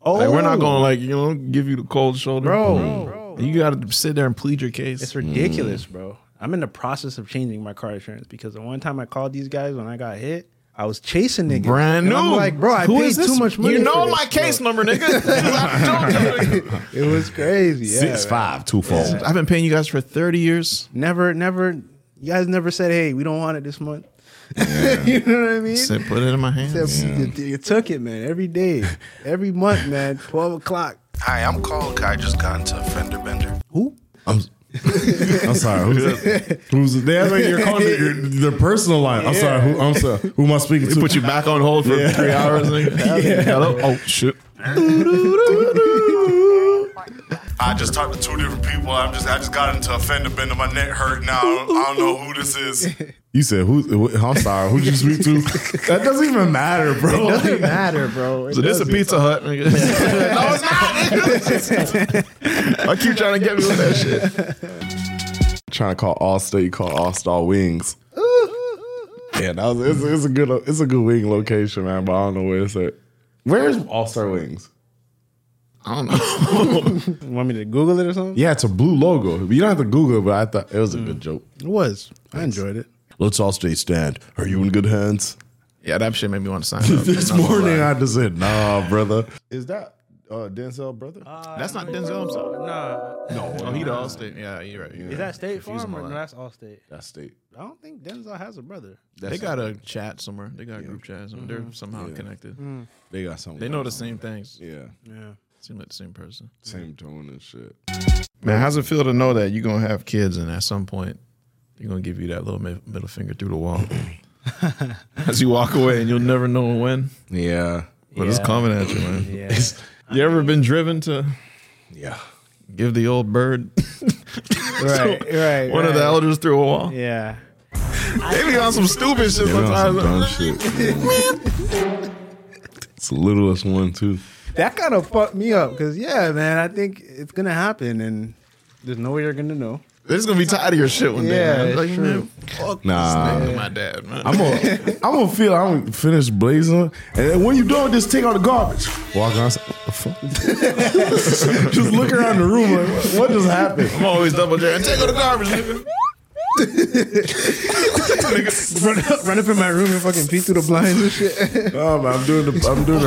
E: Oh,
B: Like we're not going to like you know give you the cold shoulder,
E: Bro.
B: You got to sit there and plead your case.
E: It's ridiculous,
B: Mm.
E: bro. I'm in the process of changing my car insurance because the one time I called these guys when I got hit, I was chasing niggas.
B: Brand
E: And
B: new.
E: I'm like, bro, I
B: Who
E: paid
B: is this?
E: too much money.
B: You
E: for
B: know
E: this,
B: my
E: bro.
B: case number, nigga.
E: It was crazy. Yeah,
D: Six
E: man.
D: five two four.
B: I've been paying you guys for 30 years.
E: Never, never. You guys never said, hey, we don't want it this month. you know what I mean?
B: Said, put it in my hands.
E: You, you took it, man. Every day, every month, man. Twelve o'clock.
D: Hi, I'm Cole. I just got into a fender bender.
E: Who?
D: I'm, I'm sorry. Who's, who's they have like your, call, your their personal line? I'm sorry. Who, I'm sorry. Who am I speaking to?
B: Put you back on hold for three hours. nigga. Hello? Oh, shit.
D: I just talked to two different people. I'm just I just got into a fender bender. My neck hurt now. I don't, know who this is. You said who? who- I'm sorry. Who'd you speak to? That doesn't even matter, bro.
E: Doesn't matter, bro. It
B: So this is a
E: doesn't.
B: Pizza Hut, nigga. no, it's not. nigga. I keep trying to get me with that shit.
D: trying to call All Star. You call All Star Wings. Yeah, that was it's, it's a good it's a good wing location, man. But I don't know where it's at. Where's All Star Wings?
B: I don't know.
E: You want me to Google it or something?
D: Yeah, it's a blue logo. You don't have to Google, it, but I thought it was a good joke.
E: It was. I enjoyed it.
D: Let's all stay stand. Are you in good hands?
B: yeah, that shit made me want to sign up.
D: this
B: Not gonna
D: morning
B: lie.
D: I just said, nah, brother. Is that uh, Denzel brother?
B: That's not Denzel himself.
E: Nah,
B: Oh, he the Allstate. Yeah, you're right. You're
E: is that State
B: Confusing
E: Farm
B: my
E: or no,
B: life.
E: that's Allstate?
D: That's state.
E: I don't think Denzel has a brother.
B: They got a chat somewhere. They got a group chat somewhere. They're somehow connected.
D: They got something.
B: They know the same things.
D: Yeah.
E: Yeah.
B: Seem like the same person.
D: Same tone and shit.
B: Man, how's it feel to know that you're gonna have kids and at some point you're gonna give you that little mid- middle finger through the wall as you walk away and you'll never know when,
D: Yeah.
B: but it's coming at you, man.
E: Yeah.
B: You ever been driven to
D: Yeah.
B: give the old bird
E: right, right.
B: one of the elders through a wall?
E: Yeah.
B: They be on some stupid shit
D: They know some
B: sometimes.
D: dumb shit. man. it's the littlest one too.
E: That kind of fucked me up because, yeah, man, I think it's going to happen and there's no way you're going to know.
B: They're just gonna be tired of your shit one
E: Yeah,
B: day. Man.
E: it's
B: Like,
E: true.
B: man, fuck
D: Nah.
B: this nigga, my dad, man.
D: I'm gonna, I'm gonna feel I'm finished blazing, and then what you doing? Just take out the garbage. Walk on. Just look around the room. Like, what, what just happened?
B: I'm always double J. Take out the garbage, nigga.
E: run, up, run up in my room and fucking peek through the blinds and shit.
D: No, man, Um, I'm doing the I'm doing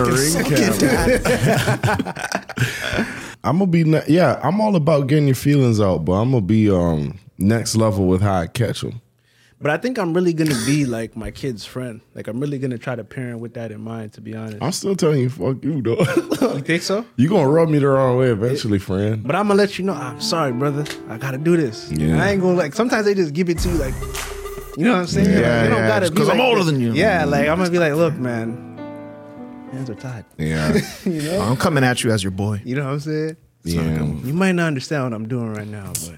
D: a ring cam. I'm gonna be ne- yeah. I'm all about getting your feelings out, but I'm gonna be um next level with how I catch them.
E: But I think I'm really gonna be like my kid's friend. Like I'm really gonna try to parent with that in mind. To be honest,
D: I'm still telling you, fuck you, though.
E: you think so?
D: you gonna rub me the wrong way eventually, friend.
E: But I'm gonna let you know. I'm sorry, brother. I gotta do this.
D: Yeah.
E: I ain't gonna like. Sometimes they just give it to you like, you know what I'm saying?
D: Yeah,
E: Like, you
D: yeah, it's 'cause I'm
E: like
D: older
E: this.
D: than you.
E: Yeah, like I'm gonna be like, look, man, hands are tied.
D: Yeah,
E: You know?
B: I'm coming at you as your boy.
E: You know what I'm saying?
D: yeah.
E: You might not understand what I'm doing right now, but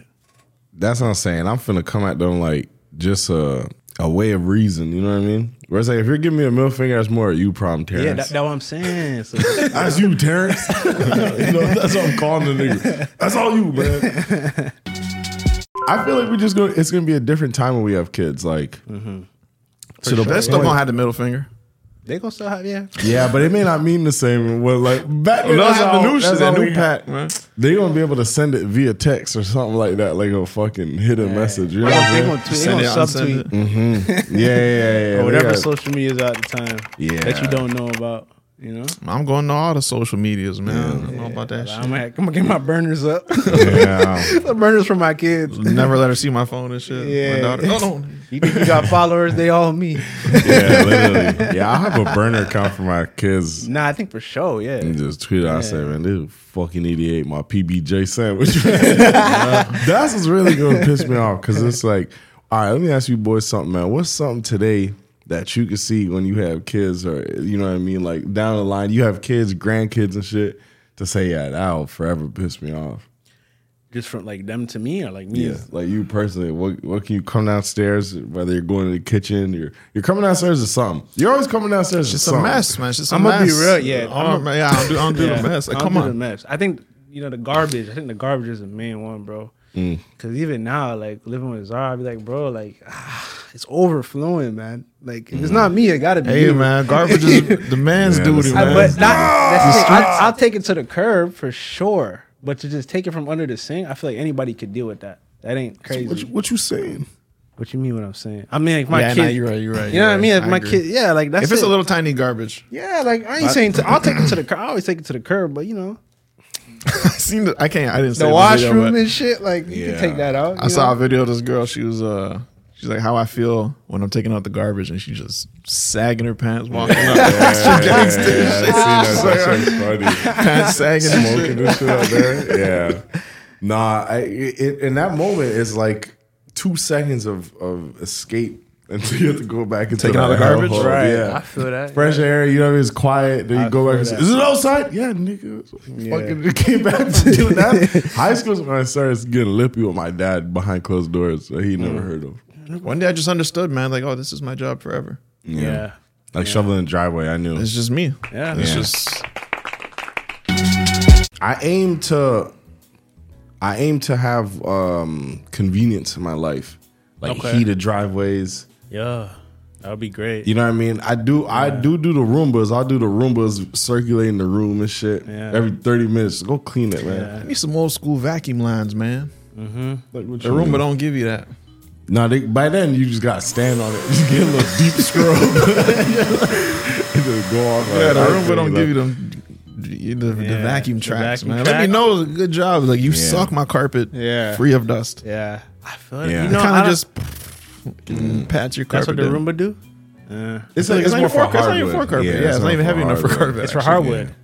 D: That's what I'm saying. I'm finna come at them like just a a way of reason. You know what I mean? Whereas like if you're giving me a middle finger, that's more a you problem, Terrence.
E: yeah, that, that's what I'm saying. So,
D: That's you, Terrence. you know, that's what I'm calling the nigga. That's all you, man. I feel like we just go. It's gonna be a different time when we have kids. Like, to the
B: That's still
D: point-
B: gonna have the middle finger.
E: they gonna still have yeah.
D: Yeah, but it may not mean the same. Well, like back then,
B: That's
D: that's how,
B: how-
D: new
B: that's
D: shit,
B: how
D: that
B: we-
D: new pack, man. They gonna be able to send it via text or something like that, like a fucking hidden message. You know what
E: They
D: I'm
E: gonna,
D: saying? Mm-hmm.
E: tweet,
B: Send
E: they gonna
B: it, unsend
E: subtweet
B: it.
D: Yeah, yeah, yeah. yeah.
E: or whatever
D: They got-
E: social media is out at the time
D: Yeah.
E: that you don't know about. You know,
B: I'm going to all the social medias, man. I don't know about that
E: I'm gonna, I'm gonna get my burners up.
D: yeah.
E: the burners for my kids.
B: shit. Never let her see my phone and shit.
E: Yeah.
B: My daughter. Oh, no.
E: You think you got followers? They all me.
D: yeah, literally. Yeah, I have a burner account for my kids.
E: Nah, I think for sure. Yeah.
D: And just tweet out, I said, man, this fucking idiot ate my PBJ sandwich. That's what's really gonna piss me off. Cause it's like, all right, let me ask you boys something, man. What's something today that you can see when you have kids or you know what I mean? Like down the line, you have kids, grandkids and shit, to say, yeah, that'll forever piss me off.
E: Just from like them to me or like me.
D: Yeah. Like you personally, what what can you come downstairs, whether you're going to the kitchen, you're you're coming downstairs to something. You're always coming downstairs to
B: It's a
D: something.
B: mess, man. It's just a
E: I'ma be
B: mess.
E: real, yeah.
B: I'm a, yeah, I don't do, I don't do
E: Yeah.
B: the mess. Like,
E: I'll
B: come
E: do The
B: on.
E: mess. I think you know the garbage. I think the garbage is the main one, bro.
B: Mm.
E: Cause even now, like living with Zara, I be like, bro, like ah, it's overflowing, man. Like if it's not me, it gotta be.
B: Mm. Hey,
E: you.
B: man. Garbage is the man's
D: Yeah,
B: duty,
D: that's-
E: I,
B: man.
E: but not. That's the thing. I, I'll take it to the curb for sure. But to just take it from under the sink, I feel like anybody could deal with that. That ain't crazy.
D: What you, what you saying?
E: What you mean? What I'm saying? I mean, like my
B: Yeah,
E: kid.
B: nah, you're right, you're right,
E: You
B: you're
E: know what I
B: right.
E: mean? If
B: I
E: my
B: agree.
E: kid, yeah, like that's
B: if it's
E: it.
B: a little tiny garbage,
E: yeah, like I ain't saying. To, I'll take it to the curb. I always take it to the curb, but you know,
B: I seen the, I can't. I didn't. see
E: the
B: video,
E: washroom
B: but
E: and shit. Like you can take that out.
B: I
E: you
B: saw a
E: know?
B: video of this girl. She was uh, she's like, "How I feel when I'm taking out the garbage," and she just sagging her pants, walking up,
D: Yeah, yeah, yeah, I seen that. That shit's funny.
B: pants sagging. and shit.
D: smoking this shit out there. Yeah. Nah, I, it, in that moment, it's like two seconds of, of escape until you have to go back and take
B: Taking out the garbage?
E: Right.
D: Yeah.
E: I feel that,
D: Fresh air, you know, what I mean? it's quiet. Then you
E: I
D: go
E: feel
D: back and say,
E: that.
D: Is it outside? Yeah, nigga. It's Fucking it came back from doing that. High school's when I started getting lippy with my dad behind closed doors that he
E: Mm.
D: never heard of.
B: One day I just understood, man. Like, oh, this is my job forever.
D: Yeah.
E: Yeah.
D: Like shoveling the driveway, I knew.
B: It's just me.
E: Yeah.
B: It's
E: Yeah.
B: just
D: I aim to I aim to have um convenience in my life. Like heated driveways.
E: Yeah, that would be great.
D: You know what I mean? I do I do do the Roombas. I'll do the Roombas circulating the room and shit.
E: Yeah.
D: Every 30 minutes. Go clean it,
B: I
D: man.
B: need some old school vacuum lines, man.
D: Like what
B: The room, but don't give you that.
D: Nah, they, by then you just gotta stand on it. Just get a little deep scrub. It just go off.
B: Yeah,
D: like,
B: the
D: I
B: room, but
D: feel
B: don't
D: you,
B: give you
D: like-
B: them. The, the
E: Yeah,
B: vacuum
E: the
B: tracks,
E: vacuum
B: man. Let
E: track.
B: me know. it's a Good job. Like you suck my carpet,
E: Yeah.
B: free of dust.
E: Yeah, I feel it.
D: Yeah.
E: You know,
B: kind
E: I
B: of
E: don't-
B: just pat your carpet.
E: that's what the
B: down.
E: Roomba do.
D: It's,
B: like-
D: like,
B: it's
D: it's,
B: not
D: more
B: even for-
D: for
B: it's not even
D: hardwood.
B: for carpet. Yeah, it's not even heavy enough for carpet.
E: It's for
B: Actually,
E: hardwood,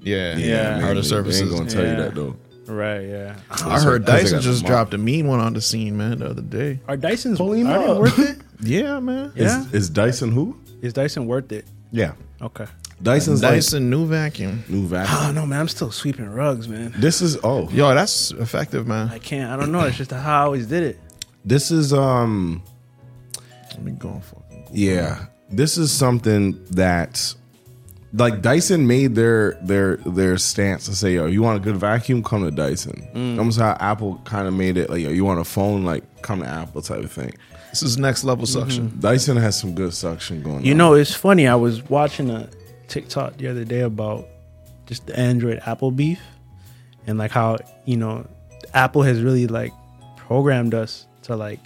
B: Yeah,
E: Yeah.
B: Harder
D: They ain't
B: surfaces.
D: gonna tell you
E: Yeah.
D: that though.
E: right? Yeah.
B: I heard
D: That's
B: Dyson
D: like a
B: just
D: mop.
B: dropped a mean one on the scene, man, the other day.
E: Are Dyson's
D: Pulling
E: are they
D: up.
E: worth it?
B: Yeah, man.
E: Yeah,
D: Is, is Dyson who?
E: is Dyson worth it?
D: Yeah.
E: Okay.
D: Dyson's Dyson.
B: Dyson new vacuum.
D: new vacuum.
E: Oh no, man, I'm still sweeping rugs, man.
D: This is oh,
B: Yo, that's effective,
E: I
B: man.
E: can't. I don't know. It's just how I always did it.
D: this is um,
B: Let me go and fucking.
D: yeah, this is something that like Dyson made their their their stance to say, yo, you want a good vacuum, come to Dyson. Almost how Apple kind of made it like, yo, you want a phone, like come to Apple type of thing.
B: This is next level suction.
D: Dyson has some good suction going.
E: You
D: on.
E: know, it's funny. I was watching a TikTok the other day about just the Android Apple beef and like how, you know, Apple has really like programmed us to like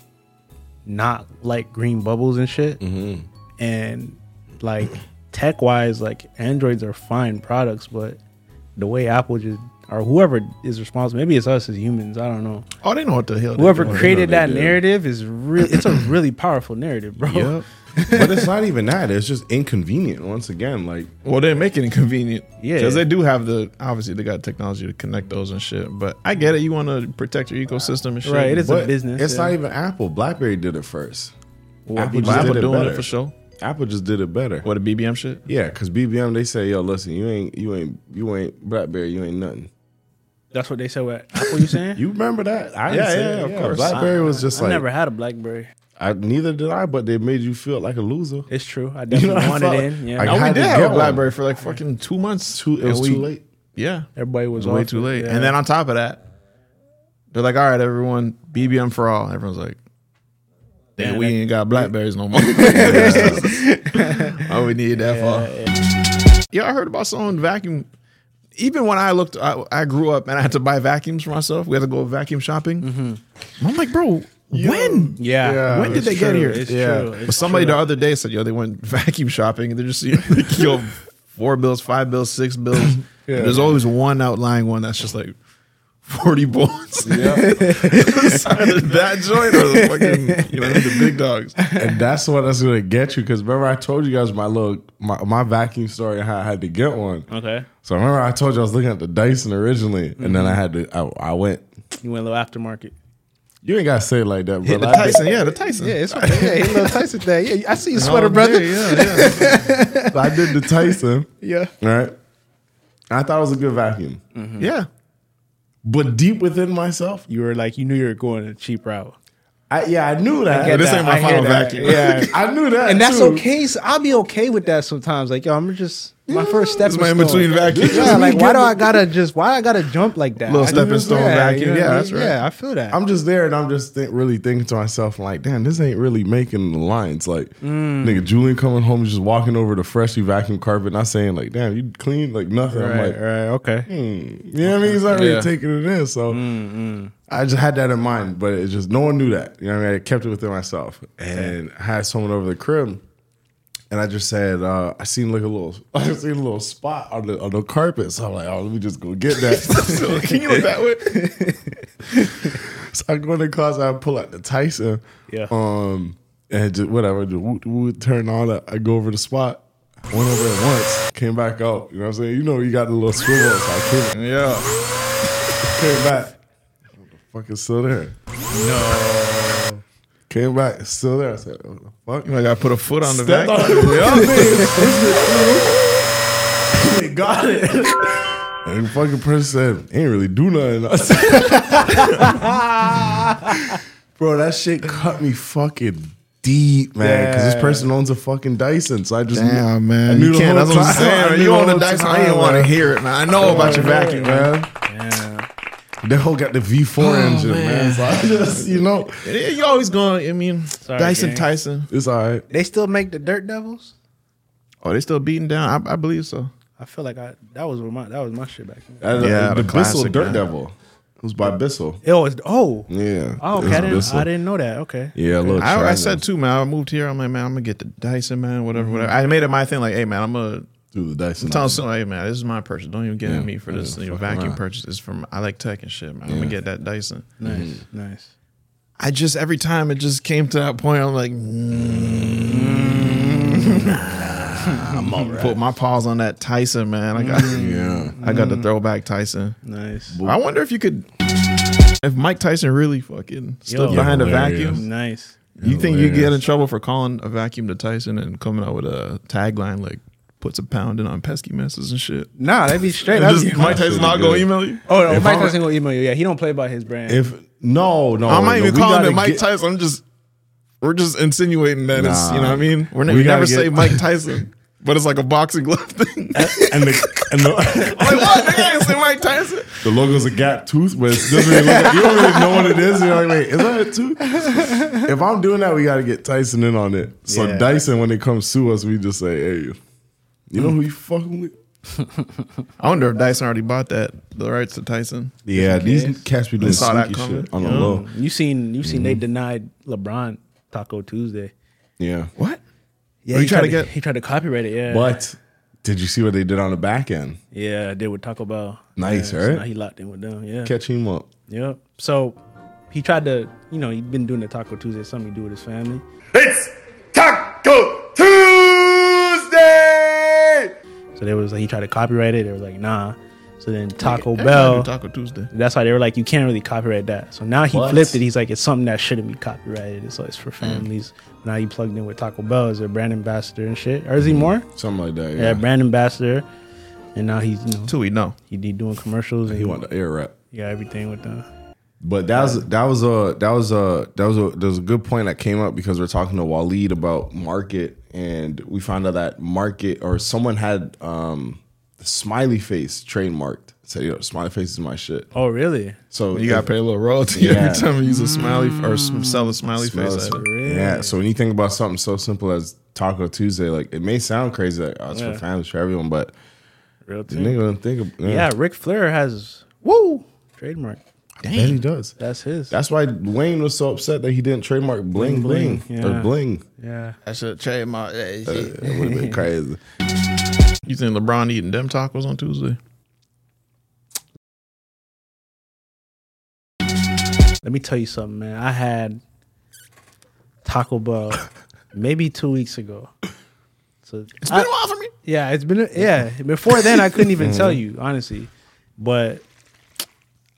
E: not like green bubbles and shit.
B: Mm-hmm.
E: And like tech wise, like Androids are fine products, but the way Apple just or whoever is responsible, maybe it's us as humans. I don't know.
B: Oh, they know what the hell. they
E: Whoever
B: doing. They know
E: created
B: they
E: that
B: do.
E: narrative is really. It's a really powerful narrative, bro.
D: Yep. but it's not even that. It's just inconvenient. Once again, like
B: Well, they make it inconvenient.
E: Yeah.
B: because they do have the obviously they got technology to connect those and shit. But I get it. You want to protect your ecosystem and shit.
E: Right, it is a
B: but
E: business,
D: It's
E: yeah.
D: not even Apple. BlackBerry did it first.
B: Apple,
D: just
B: Apple
D: did it
B: doing
D: better.
B: it for sure.
D: Apple just did it better.
B: What the BBM shit?
D: Yeah, because BBM they say, yo, listen, you ain't you ain't you ain't BlackBerry, you ain't nothing.
E: That's what they said. What Apple? You saying?
D: You remember that? I
B: Yeah,
D: say
B: yeah,
D: it,
B: of course.
D: BlackBerry was just
E: I
D: like
E: never had a BlackBerry.
D: I neither did I, but they made you feel like a loser.
E: It's true. I definitely
D: I
E: wanted
D: felt-
E: in. Yeah,
D: I
B: No, Oh, we
D: had
B: did
D: to
B: have
D: get
B: a
D: one.
B: BlackBerry for like fucking two months. Two,
D: It was too late.
B: Yeah,
E: everybody was
B: it was way
E: off
B: too
E: it,
B: late.
E: yeah.
B: And then on top of that, they're like, all right, everyone, BBM for all. Everyone's like, damn, we ain't got Blackberries no more. oh, we need that for. Yeah, I heard about someone vacuum. Even when I looked, I, I grew up and I had to buy vacuums for myself. We had to go vacuum shopping. Mm-hmm. I'm like, bro, when?
E: yeah.
B: when did
E: It's
B: they get
E: true,
B: here?
E: It's true.
B: But
E: It's
B: somebody
E: true.
B: the other day said, yo, they went vacuum shopping and they just, you know, like, yo, four bills, five bills, six bills. There's always one outlying one that's just like 40 bones. Yeah. that joint or the fucking, you know, the big dogs.
D: and that's what that's gonna get you. Because remember, I told you guys my little my, my vacuum story and how I had to get one.
E: Okay.
D: So remember, I told you I was looking at the Dyson originally, and then I
B: Mm-hmm.
D: had to I, I went.
E: You went a little aftermarket.
D: You ain't gotta say it like that, bro.
B: Hit the
D: I did-
B: Tyson. Yeah, the Tyson. Yeah, it's
E: Yeah, he little Tyson thing. Yeah, I see you sweater,
B: Yeah, yeah.
D: I did the Tyson.
B: Yeah.
D: Right. I thought it was a good vacuum,
B: yeah.
D: but deep within myself,
E: You were like, you knew you were going a cheap route,
D: I yeah, I knew that.
E: get
D: But this
E: that.
D: ain't my
E: I hear
D: final
E: that.
D: vacuum. Yeah, I knew that,
E: and that's
D: too.
E: okay. So I'll be okay with that sometimes. Like, yo, I'm just my first step.
B: It's my in between vacuum.
E: Yeah, like why do I gotta just why I gotta jump like that?
B: Little
E: I
B: stepping
E: just-
B: stone vacuum.
E: what
B: Yeah,
E: I mean?
B: that's right.
E: Yeah, I feel that.
D: I'm just there and I'm just think, really thinking to myself, like, damn, this ain't really making the lines. Like,
E: Mm.
D: nigga, Julian coming home just walking over the freshly vacuumed carpet, not saying, like, damn, you clean, like nothing. I'm like, hmm,
E: right, okay.
D: you know what I mean? He's not
B: Yeah.
D: really taking it in. So
E: Mm,
D: I just had that in mind, but it just, no one knew that. You know what I mean? I kept it within myself. And I had someone over the crib. And I just said, uh, I seen like a little, I seen a little spot on the on the carpet. So I'm like, oh, let me just go get that. so, can you look that way? so I go in the closet, I pull out the Tyson,
E: Yeah.
D: um, and just whatever, just woo, woo, turn on it. I go over the spot, went over it once, came back out. You know what I'm saying? You know, you got the little swivel, so I came,
B: Yeah.
D: came back. What the fuck is still there? No. Came back, it's still there. I said, what the fuck?
B: You know, I got to put a foot on the
D: Stepped
B: vacuum.
D: on it. They got it. And the fucking person said, ain't really do nothing. I said- Bro, that shit cut me fucking deep, man. Because this person owns a fucking Dyson. So I just
B: Damn, man.
D: I knew
B: you
D: the
B: can't.
D: whole
B: That's what I'm
D: time. I
B: saying.
D: knew
B: You
D: the
B: on the
D: whole
B: Dyson. I
D: time,
B: didn't want to
D: man.
B: hear it, man. I know about your vacuum, man. Oh,
D: They whole got the V4 engine, man. So I just, you know,
B: Yeah, You always going, I mean, Dyson
E: gang.
B: Tyson.
D: it's all right.
E: They still make the Dirt Devils.
B: Oh, they still beating down? I, I believe so.
E: I feel like I that was what my that was my shit back then.
D: I-
B: Yeah,
D: uh, the,
B: the
D: Bissell
B: classic,
D: Dirt
B: man.
D: Devil. Who's by Bissell.
E: It was oh
D: Yeah.
E: oh
D: it was
E: okay. I didn't,
D: Bissell.
E: I didn't know that. Okay.
D: Yeah, a little
B: I, I
D: triangle.
B: said too, man. I moved here. I'm like, man, I'm gonna get the Dyson, man. Whatever, whatever. I made it my thing. Like, hey, man, I'm gonna
D: through the Dyson.
B: tell someone, hey, man, this is my purchase. Don't even get at
D: Yeah.
B: me for
D: Yeah,
B: this you know,
D: fuck
B: vacuum
D: around.
B: purchase. It's from I like tech and shit, man. I'm gonna get that Dyson.
E: Nice,
D: Mm-hmm.
E: nice.
B: I just every time it just came to that point. I'm like, I'm Put my paws on that Tyson, man. I got,
D: Yeah.
B: I got the throwback Tyson.
E: Nice.
B: I wonder if you could, if Mike Tyson really fucking stood
E: Yo.
B: behind a
D: Hilarious.
B: vacuum.
E: Nice.
B: You think you get in
D: Hilarious.
B: trouble for calling a vacuum to Tyson and coming out with a tagline like "puts a pound in on pesky messes" and shit?
E: Nah, that'd be straight.
B: And
E: That'd
B: just
E: be-
B: Mike Tyson not gonna email you?
E: oh no,
D: If
E: Mike
D: I'm-
E: Tyson gonna email you. Yeah, he don't play by his brand.
D: If no, no,
B: I'm not
D: Oh, no,
B: even
D: we
B: calling
D: gotta
B: it Mike
D: get-
B: Tyson. I'm just we're just insinuating that it's you know what I mean. We're
D: Nah,
B: ne-
D: we
B: we never
D: gotta
B: say
D: get-
B: Mike Tyson, but it's like a boxing glove thing. like
D: and the and the,
B: what? They can't say Mike Tyson.
D: the logo's a gap tooth, but it doesn't really look like, you don't really know what it is. You're like, wait, is that a tooth? if I'm doing that, we got to get Tyson in on it. So
B: Yeah.
D: Dyson, when they come sue us, we just say, hey, you know who you fucking with?
B: I wonder if Dyson already bought that the rights to Tyson.
D: Yeah, these cats be doing
B: saw that
D: sneaky
B: coming.
D: shit on the low.
E: you seen you seen they denied LeBron Taco Tuesday.
D: Yeah.
E: What? Yeah,
D: Oh, you
E: he
D: Oh, tried
E: tried
D: to
E: to
D: get-
E: he tried to copyright it. Yeah,
D: But did you see what they did on the back end?
E: Yeah, I did with Taco Bell.
D: Nice,
E: yeah,
D: right?
E: now he locked in with them. Yeah.
D: Catch him up.
E: Yep. So he tried to, you know, he'd been doing the Taco Tuesday, something he do with his family.
J: It's Taco Tuesday.
E: So they was like, he tried to copyright it. They were like, nah. So then Taco
B: everybody
E: Bell,
B: do Taco Tuesday.
E: That's why they were like, you can't really copyright that. So now he
B: What?
E: flipped it. He's like, it's something that shouldn't be copyrighted. It's like it's for families. Now he plugged in with Taco Bell as their brand ambassador and shit. Or is he more?
D: Something like that.
E: Yeah,
D: Yeah.
E: brand ambassador. And now he's you know,
B: till we know
E: he be doing commercials. And
D: He wanted the air rep.
E: he got everything with them.
D: But that was that was a that was a that was a there was a good point that came up because we're talking to Waleed about market and we found out that market or someone had um the smiley face trademarked. Said, yo, smiley face is my shit.
E: Oh really?
D: So
B: You gotta pay a little royalty every time you use a smiley f- or s- sell a smiley
D: Smells-
B: face. At it.
D: Yeah. So when you think about something so simple as Taco Tuesday, like it may sound crazy, like oh, it's
E: Yeah.
D: for families, for everyone, but
E: Real
D: the
E: thing.
D: nigga don't think. Of,
E: Yeah, Ric Flair has woo trademark.
D: I bet he does.
E: That's his.
D: That's why Wayne was so upset that he didn't trademark bling bling,
E: Bling
D: or
E: Bling,
D: bling.
E: Yeah.
B: I should trademark that
D: Uh,
B: shit.
D: it would have been crazy.
B: You think LeBron eating them tacos on Tuesday?
E: Let me tell you something, man. I had Taco Bell maybe two weeks ago. So it's
B: been a while for me.
E: Yeah, it's been a- yeah. Before then, I couldn't even tell you honestly, but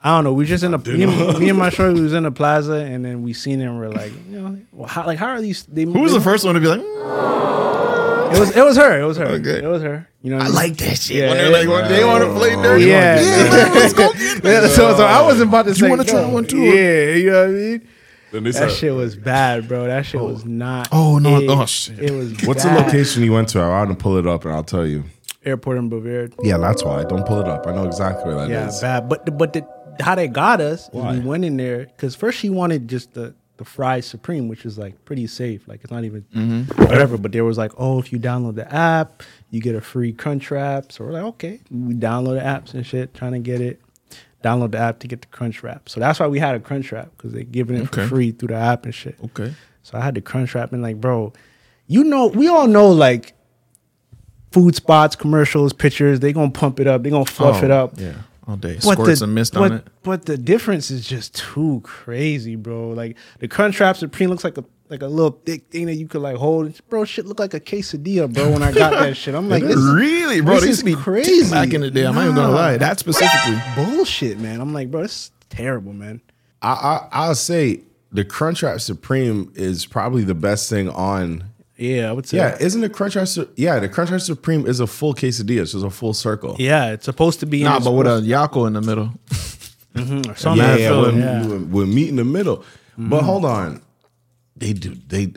E: I don't know. We just in a me, and- me and my shorty we was in the plaza, and then we seen them. We're like, you know, well, how, like how are these? They,
B: Who was the first one to be like, "Mm,
E: It was it was her. It was her.
B: Okay.
E: It was her. You know, what
B: I
E: mean?
B: like that shit?
E: Yeah,
B: when they're like, when they want to play dirty.
E: Yeah.
B: man, let's go get
E: Yeah,
B: this.
E: so, so I wasn't about to say.
B: "Mm, wanna try
E: no.
B: one too?
E: Yeah, you know what I mean.
D: Then they
E: That
D: said-
E: shit was bad, bro. That shit was not.
B: Oh, no.
E: It,
B: Oh, shit.
E: It was.
D: What's
E: bad.
D: the location you went to? I want to pull it up and I'll tell you.
E: Airport in Bavaria.
D: Yeah, that's why. Don't pull it up. I know exactly where that is.
E: Yeah, bad. But the- but the, how they got us? is
D: Why?
E: We went in there because first she wanted just the the fries supreme, which is like pretty safe. Like it's not even
B: Mm-hmm.
E: whatever. But there was like, oh, if you download the app, you get a free Crunch wrap. So we're like, okay, we download the apps and shit, trying to get it. Download the app to get the Crunch wrap. So that's why we had a Crunch wrap because they're giving it
B: Okay.
E: for free through the app and shit.
B: Okay.
E: So I had to crunch wrap and like, bro, you know, we all know like food spots, commercials, pictures, they gonna pump it up, they gonna fluff
B: Oh,
E: it up.
B: Yeah. All day. Squirt some mist
E: but,
B: on it.
E: But the difference is just too crazy, bro. Like the crunch wrap supreme looks like a like a little thick thing that you could like hold. Bro, shit look like a quesadilla, bro, when I got that shit. I'm like,
B: It is
E: this
B: really, bro.
E: this
B: They
E: is
B: used to be
E: crazy.
B: crazy back in the day. I'm not even gonna
E: Nah.
B: lie. That specifically.
E: bullshit, man. I'm like, bro, this is terrible, man.
D: I, I I'll say the Crunchwrap Supreme is probably the best thing on.
E: Yeah, I would say
D: Yeah, isn't the Crunchwrap? Su- yeah, the Crunchwrap Supreme is a full quesadilla, so it's a full circle.
E: Yeah, it's supposed to be
B: Nah,
E: in
B: but with a Yako in the middle.
E: or something.
D: yeah,
E: I
D: yeah,
E: feel,
D: with,
E: yeah. Mm.
D: with- with meat in the middle. But hold on, they do they.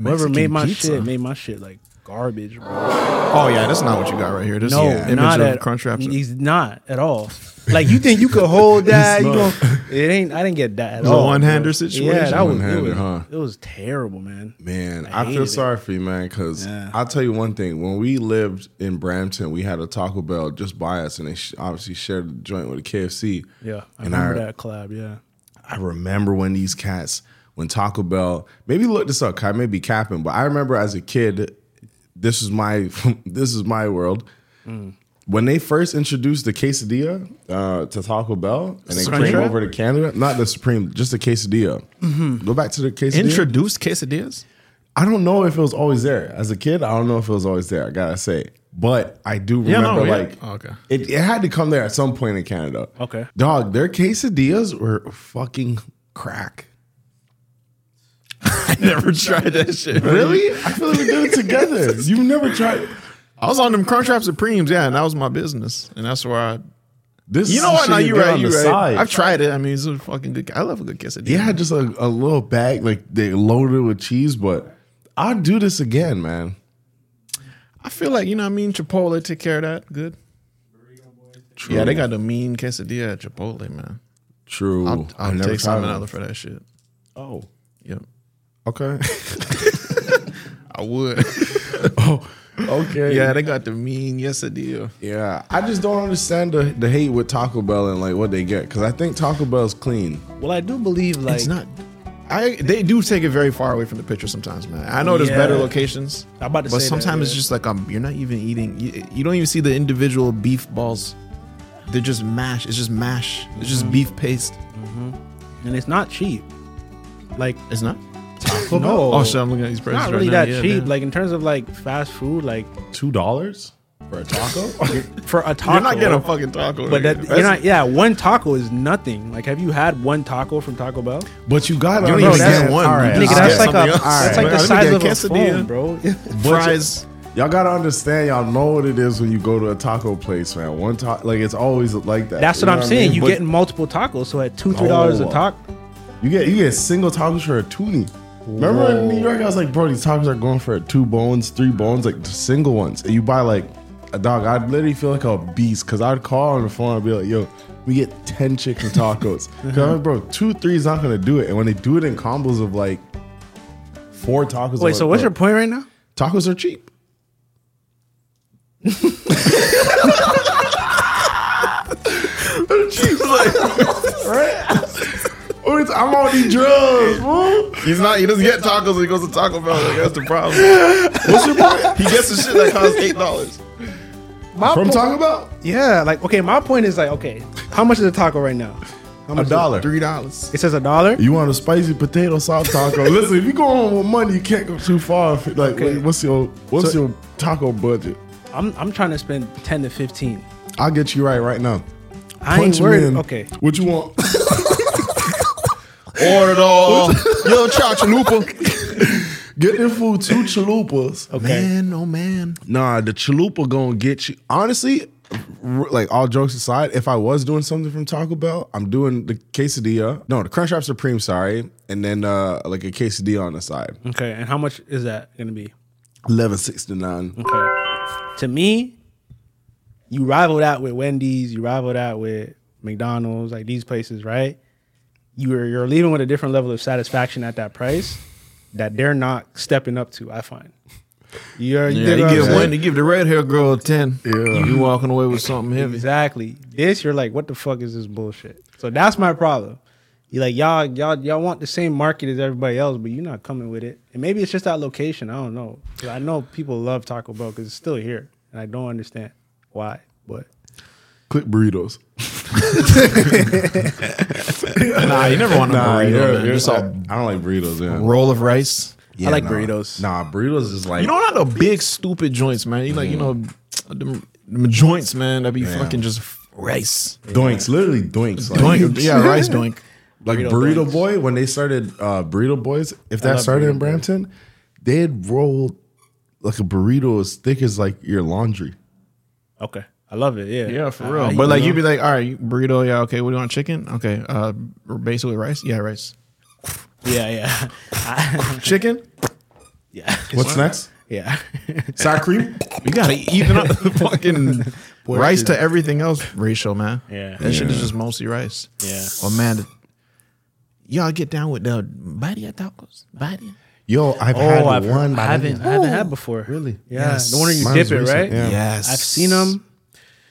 E: Whoever
B: Mexican
E: made my
B: pizza.
E: shit made my shit like garbage, bro.
B: Oh yeah, that's not what you got right here. This
E: No,
B: is an
E: not
B: image
E: at
B: of Crunchwrap.
E: He's not at all. Like you think you could hold that? you gonna, it ain't. I didn't get that at
B: The
E: all.
B: one-hander
E: bro.
B: situation?
E: Yeah, that was, it
D: One-hander,
E: was,
D: huh?
E: it was terrible, man.
D: Man,
E: I
D: I, feel
E: hated it.
D: sorry for you, man. Because I'll tell you one thing: when we lived in Brampton, we had a Taco Bell just by us, and they sh- obviously shared the joint with a KFC.
E: Yeah, I
D: And
E: remember
D: I-
E: that collab. Yeah,
D: I remember when these cats, when Taco Bell, maybe look this up. I may be capping, but I remember as a kid, this is my this is my world. When they first introduced the quesadilla uh, to Taco Bell, and they
B: Supreme?
D: came over to Canada, not the Supreme, just the quesadilla. Go back to the quesadilla.
B: Introduced quesadillas.
D: I don't know if it was always there as a kid. I don't know if it was always there. I gotta say, but I do
B: Yeah, no,
D: remember
B: yeah.
D: like
B: Oh, okay.
D: it, it had to come there at some point in Canada.
E: Okay.
D: dog, their quesadillas were fucking crack.
B: I never tried that shit.
D: Really? I feel like we did it together. You've never tried
B: I was on them Crunchwrap Supremes, yeah, and that was my business, and that's where I.
D: this.
B: You know what?
D: shit
B: No,
D: you
B: you
D: did
B: right.
D: on
B: You
D: the
B: right.
D: side.
B: I've tried it. I mean, it's a fucking good. I love a good quesadilla.
D: yeah, just a, a little bag like they loaded it with cheese. But I'll do this again, man.
B: I feel like you know. what I mean, Chipotle take care of that. Good. True. Yeah, they got the mean quesadilla at Chipotle, man.
D: True.
B: I'll, I'll
D: I've never
B: take
D: tried
B: something
D: one.
B: another for that shit.
D: Oh,
B: Yep,
D: okay,
B: I would. Oh,
D: okay.
B: yeah, they got the mean quesadilla.
D: Yeah, I just don't understand the, the hate with Taco Bell and like what they get because I think Taco Bell's clean.
E: well, I do believe like
B: It's not. I they do take it very far away from the picture sometimes, man. I know there's
E: Yeah.
B: better locations,
E: I'm about to
B: but
E: say that,
B: sometimes it's
E: yeah.
B: just like um, you're not even eating. You, you don't even see the individual beef balls. They're just mash. It's just mash. It's
E: Mm-hmm.
B: just beef paste.
E: And it's not cheap. Like
B: it's not.
E: no.
B: Oh shit! I'm looking at these
E: It's
B: prices
E: Not really
B: right now.
E: that
B: Yeah,
E: cheap.
B: damn.
E: Like in terms of like fast food, like
D: two dollars for a taco.
E: for a taco,
B: You're not getting a fucking taco.
E: But
B: nigga.
E: that,
B: That's-
E: you're not. Yeah, one taco is nothing. Like, have you had one taco from Taco Bell?
D: But you got
B: You don't even get one. You
E: Nigga,
B: just get
E: that's like
B: something
E: a,
B: else.
E: that's
B: All
E: like the
B: right.
E: size of
B: Let me
E: a
B: get quesadilla.
E: phone, bro.
B: Fries.
D: Y'all gotta understand. Y'all know what it is when you go to a taco place, man. One taco, like it's always like that.
E: That's
D: You
E: what
D: know
E: I'm saying.
D: mean?
E: You
D: But
E: getting multiple tacos, so at two, three dollars
D: No.
E: a taco.
D: You get you get single tacos for a toonie. Remember in New York, I was like, bro, these tacos are going for two bones, three bones, like single ones. And you buy like a dog. I'd literally feel like a beast because I'd call on the phone and be like, yo, we get 10 chicken tacos. 'Cause I'm like, bro, two, three is not going to do it. And when they do it in combos of like four tacos, I'm
E: Wait, so
D: like,
E: what's
D: bro,
E: your point right now?
D: Tacos are cheap. She's like, right? What is- I'm on these drugs, bro.
B: He's not. He doesn't get tacos. He goes to Taco Bell. Like, that's the problem. What's your point? He gets the shit that costs eight dollars.
E: My
D: From
E: po-
D: Taco Bell?
E: Yeah, like okay. My point is like okay. How much is a taco right now? How much
D: A
E: is it?
D: dollar.
B: Three dollars.
E: It says a dollar.
D: You want a spicy potato sauce taco? Listen, if you go on with money, you can't go too far. If, like,
E: Okay.
D: what's your what's
E: So-
D: your taco budget?
E: I'm I'm trying to spend ten to fifteen.
D: I'll get you right right now.
E: I ain't
D: Punch me
E: worried-
D: in.
E: okay.
D: What you want?
B: Order it all. Yo, chow chalupa.
D: Get the food two chalupas.
B: Man, oh man.
D: Nah, the chalupa gonna get you. Honestly, r- like all jokes aside, if I was doing something from Taco Bell, I'm doing the quesadilla. No, the Crunchwrap Supreme, sorry, and then uh like a quesadilla on the side.
E: Okay, and how much is that gonna be?
D: Eleven sixty nine.
E: Okay. To me, you rival that with Wendy's, you rival that with McDonald's, like these places, right? You're you're leaving with a different level of satisfaction at that price that they're not stepping up to, I find. You're you
B: Yeah,
E: dig what
B: they
E: I'm
B: give
E: saying?
B: one. They give the red hair girl a ten. Yeah, you walking away with something heavy.
E: Exactly. This you're like, what the fuck is this bullshit? So that's my problem. You like y'all, y'all, y'all want the same market as everybody else, but you're not coming with it. And maybe it's just that location. I don't know. 'Cause I know people love Taco Bell because it's still here, and I don't understand why. But
D: Click burritos.
B: Nah, you never want a
D: Nah,
B: burrito.
D: you're,
B: man.
D: you're
B: Just
D: so, I
B: a
D: don't like burritos. Yeah.
B: roll of rice.
D: Yeah,
E: I like
D: nah.
E: burritos.
D: Nah, burritos is like
B: You don't have the big stupid joints, man. You like you know them, them joints, man. That be fucking just rice.
D: doinks. Literally doinks. Like,
B: Doink. yeah, rice doink.
D: Like burrito, boy. When they started uh, burrito boys, if that
B: love
D: started
B: Burrito
D: in Brampton, they'd roll like a burrito as thick as like your laundry.
E: okay, I love it. Yeah,
B: Yeah, for
E: I-
B: real.
E: I-
B: but like you'd be like, all right, you- burrito, yeah, okay. What do you want? Chicken? Okay. Uh basically rice? Yeah, rice.
E: yeah, yeah,
B: Chicken?
E: yeah,
D: What's next?
E: yeah.
D: Sour cream.
B: You gotta even up the fucking rice to everything else ratio, man.
E: Yeah.
B: That shit is just mostly rice.
E: Yeah.
B: Well Oh, man, th- y'all get down with the body of tacos. Body.
D: Yo, I've had
E: oh, I've
D: one.
E: one. I
D: but
E: haven't, I haven't had before.
D: Really?
E: Yeah,
B: Yes.
E: the one where you
D: Mine
E: dip
D: was
E: it,
D: recent,
E: right?
D: yeah.
B: Yes.
E: I've seen them.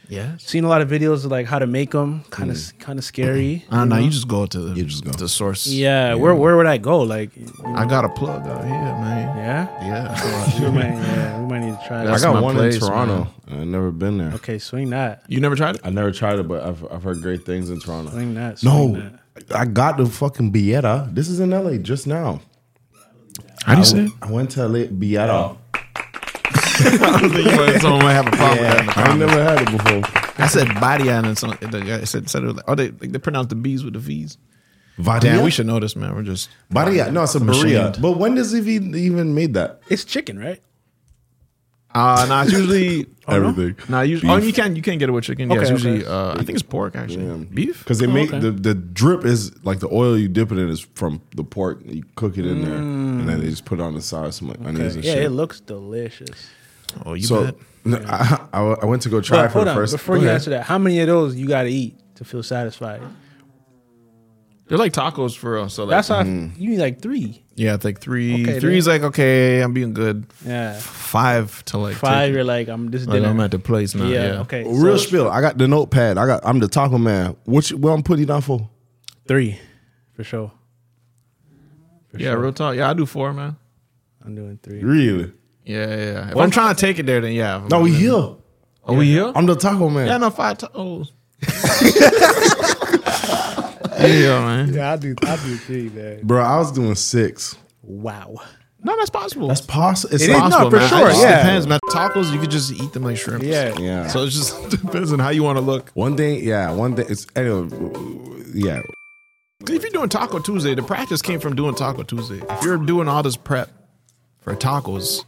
B: Yes.
E: Seen a lot of videos of like how to make them. Kind of, kind of scary.
B: I don't know. You just go to the,
D: just go.
B: the source.
E: Yeah, where where would I go? Like,
B: I got a plug out here, man.
E: yeah,
B: Yeah.
E: we might, yeah, we might need to try
D: I
B: That's
E: that.
D: got
B: my
D: one
B: place,
D: in Toronto. I've never been there.
E: Okay, swing that,
B: you never tried it?
D: I never tried it, but I've, I've heard great things in Toronto.
E: swing that. Swing
D: No,
E: that.
D: I got the fucking Bieta. This is in LA just now.
B: How do you say
D: I,
B: it?
D: I went to LA
E: Oh.
D: Bieta.
B: Someone might have a problem with that in the
D: I
B: comments.
D: never had it before.
B: I said body and then some. The guy said said it was like, oh they like they pronounce the B's with the V's.
D: Vadia?
B: Damn, we should know this, man. We're just
D: Baria. No, it's a
B: I'm
D: Berea.
B: ashamed.
D: But when does it even, even made that?
E: It's chicken, right?
B: uh nah. It's usually
D: Everything.
B: nah. Usually, oh, you can you can get it with chicken. yeah, it's
E: Okay,
B: usually
E: okay.
B: uh, I think it's pork actually. Beef.
D: Because they
E: Oh,
D: make
E: okay.
D: the, the drip is like the oil you dip it in is from the pork. You cook it in there, and then they just put it on the side, some like onions and
E: yeah,
D: shit.
E: it looks delicious.
B: Oh, you
D: so
B: bet.
D: no, I, I, I went to go try it
E: But
D: for
E: hold
D: the
E: on,
D: first.
E: before
D: Go
E: you
D: ahead.
E: answer that, how many of those you got to eat to feel satisfied?
B: They're like tacos for us. So like,
E: That's how you need like three.
B: yeah, it's like three.
E: Okay,
B: three is like okay, I'm being good.
E: Yeah,
B: Five to like
E: five.
B: take-
E: You're like, I'm this
B: Like,
E: dinner.
B: I'm at the place now.
E: yeah,
B: Yeah.
E: okay.
D: Real
E: so
D: spiel. I got the notepad. I got. I'm the taco man. What? You, what I'm putting you down for?
E: three, for sure.
B: yeah, real talk. Yeah, I do four, man.
E: I'm doing three.
D: Really?
B: Yeah, yeah. yeah. If
D: What?
B: I'm trying to take it there, then yeah. Oh,
D: No, Oh, we here. Are
B: we here?
D: I'm the taco man.
B: Yeah, no five tacos. yeah, man.
E: Yeah, I do. I do three, man.
D: Bro, I was doing six.
E: Wow.
B: No, that's possible.
D: That's possible. It's
B: It is- no,
D: possible,
B: for
D: man.
B: sure.
D: It just
B: yeah,
D: depends,
B: depends, man. Tacos, you could just eat them like shrimp.
E: Yeah.
D: Yeah.
B: So it just depends on how you want to look.
D: One thing, yeah, one thing. It's anyway, yeah.
B: 'Cause If you're doing Taco Tuesday, the practice came from doing Taco Tuesday. If you're doing all this prep for tacos,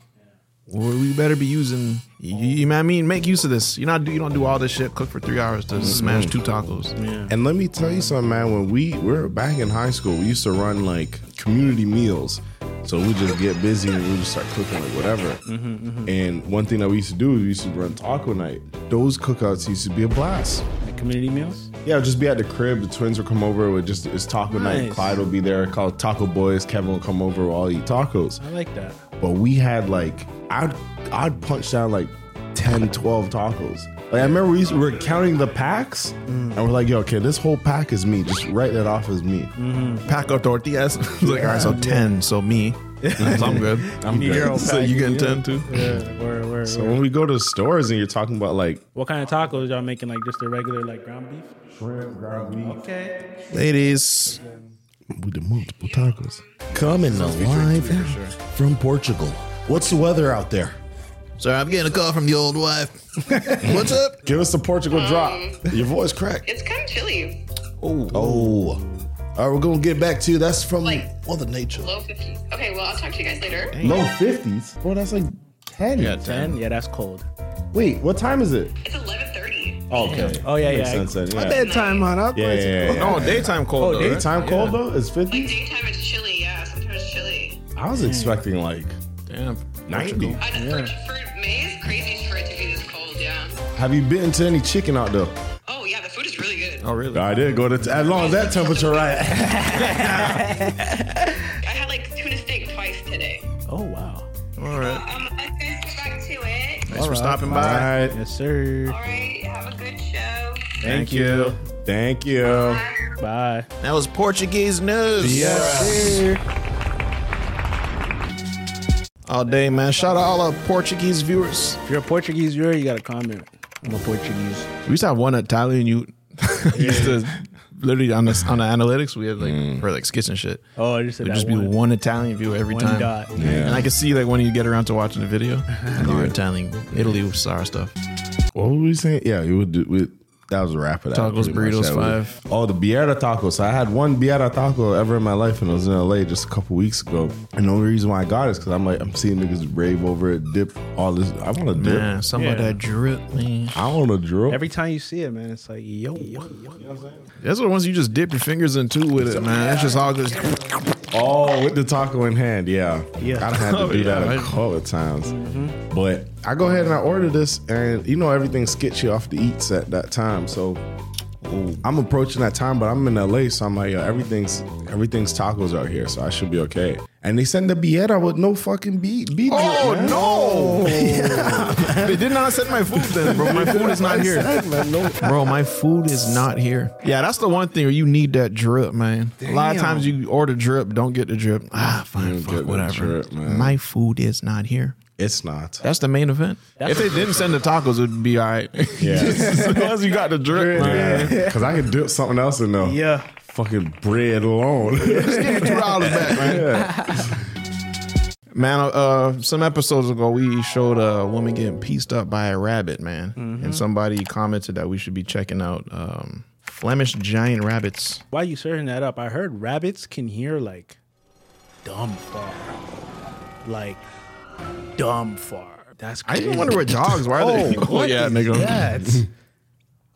B: well, we better be using. You, you know what I mean? Make use of this. You not do. You don't do all this shit. Cook for three hours to smash two tacos.
E: Yeah.
D: And let me tell you something, man. When we were back in high school, we used to run like community meals. So we just get busy and we just start cooking like whatever.
E: Mm-hmm,
D: And one thing that we used to do is we used to run taco night. Those cookouts used to be a blast.
E: Like community meals.
D: Yeah, just be at the crib. The twins would come over. With just it's taco night.
E: Nice.
D: Clyde will be there. Called Taco Boys. Kevin will come over. We'll all eat tacos.
E: I like that.
D: but we had like I'd I'd punch down like 10, 12 tacos. Like I remember we, used, we were counting the packs and we're like, yo, okay, this whole pack is me. Just write that off as me.
B: Paco tortillas. It's like all right, so ten. So me. so I'm good.
D: I'm good.
B: so you getting ten too?
E: Yeah. Where, where,
D: So when we go to stores and you're talking about like
E: What kind of tacos y'all making? Like just the regular like ground beef?
D: shrimp, ground beef,
E: Okay.
B: Ladies,
D: we did multiple tacos.
K: Coming alive from Portugal. What's the weather out there?
B: sorry, I'm getting a call from the old wife. What's up?
D: Give us the Portugal
K: drop.
D: Your voice cracked.
K: It's kind of chilly. Oh. Oh. All right, we're going to get back to you. That's from Mother Nature.
L: Low 50s. Okay, well, I'll talk to you guys later.
D: Low fifties? Bro, that's like ten.
B: Yeah, 10.
E: Yeah, that's cold.
D: Wait, what time is it?
L: It's 11:30.
D: Okay.
E: Oh, yeah,
D: Makes
E: yeah.
D: sense then,
E: My
D: yeah.
E: bedtime, man. I-
D: Yeah, yeah, yeah, yeah.
B: Oh, daytime cold.
D: Oh,
B: though, right?
D: daytime cold though? It's
L: Like
D: fifties?
L: daytime, it's chilly. Yeah, sometimes it's chilly.
D: I
B: Mm.
D: was expecting like
B: Damn.
D: 90.
L: I, for, for May is crazy for it to be this cold. Yeah.
D: Have you been to any chicken out there?
L: Oh yeah, the food is really good.
B: Oh, really?
D: I did go to as long as that temperature right.
L: I had like tuna steak twice today.
E: Oh wow.
B: All right.
L: Um, let's get back to it.
B: Thanks for stopping by.
D: Alright.
E: Yes, sir.
L: All right, have a good show.
B: Thank you.
D: Thank you.
E: Bye.
B: That was Portuguese news. All day, man. Shout out all our Portuguese viewers.
E: If you're a Portuguese viewer, you got to comment. I'm a Portuguese.
B: We used to have one Italian you used to literally on the on the analytics we had like for like skits and shit.
E: Mm. Oh, I just said
B: There'd
E: that
B: just be one.
E: one.
B: Italian viewer every
E: One
B: time.
E: dot. Yeah.
B: And I could see like when you get around to watching the video, you're Italian Italy star stuff.
D: What were we saying? Yeah, you would do we, that was a wrap of that.
B: Tacos,
D: pretty
B: burritos,
D: much. That was-
B: five.
D: Oh, the Bierra tacos. I had one Bierra taco ever in my life, and I was in LA just a couple weeks ago. And the only reason why I got it is because I'm like, I'm seeing niggas rave over it, dip, all this. I want to dip.
B: Man, some
E: Yeah.
B: of that drip, man.
D: I want to
B: Oh.
D: drill.
E: Every time you see it, man, it's like yo. yo.
B: That's the ones you just dip your fingers into with it, man. It's just all just
D: Oh, with the taco in hand, yeah.
E: Yeah. Mm-hmm.
D: I've had to
B: Oh,
D: do
B: yeah,
D: that
B: right.
D: a couple of times. But I go ahead and I order this, and you know everything skits you off the eats at that time. So I'm approaching that time, but I'm in LA, so I'm like, yo, everything's everything's tacos out here, so I should be okay. And they send the bieta with no fucking beat. beat
B: Oh
D: man.
B: no! They did not send my food then, bro. My food is not here, bro. My food is not here. Yeah, that's the one thing where you need that drip, man. A lot of times you order drip, don't get the drip. Ah, fine,
D: Don't get
B: fuck,
D: the
B: whatever.
D: drip, man.
B: my food is not here.
D: It's not.
B: That's the main event. if they didn't send the tacos, it'd be all right.
D: Yeah.
B: as long as you got the drip, man.
D: Because I could dip something else in there.
E: Yeah.
D: Fucking bread alone.
B: Just give me two dollars back, man. Man, uh, some episodes ago, we showed a woman getting pieced up by a rabbit, man.
E: Mm-hmm.
B: And somebody commented that we should be checking out um, Flemish giant rabbits.
E: Why you searching that up? I heard rabbits can hear like dumb far, like dumb far. That's
B: I
E: crazy.
B: even wonder what dogs, why are they?
E: Oh, what is that?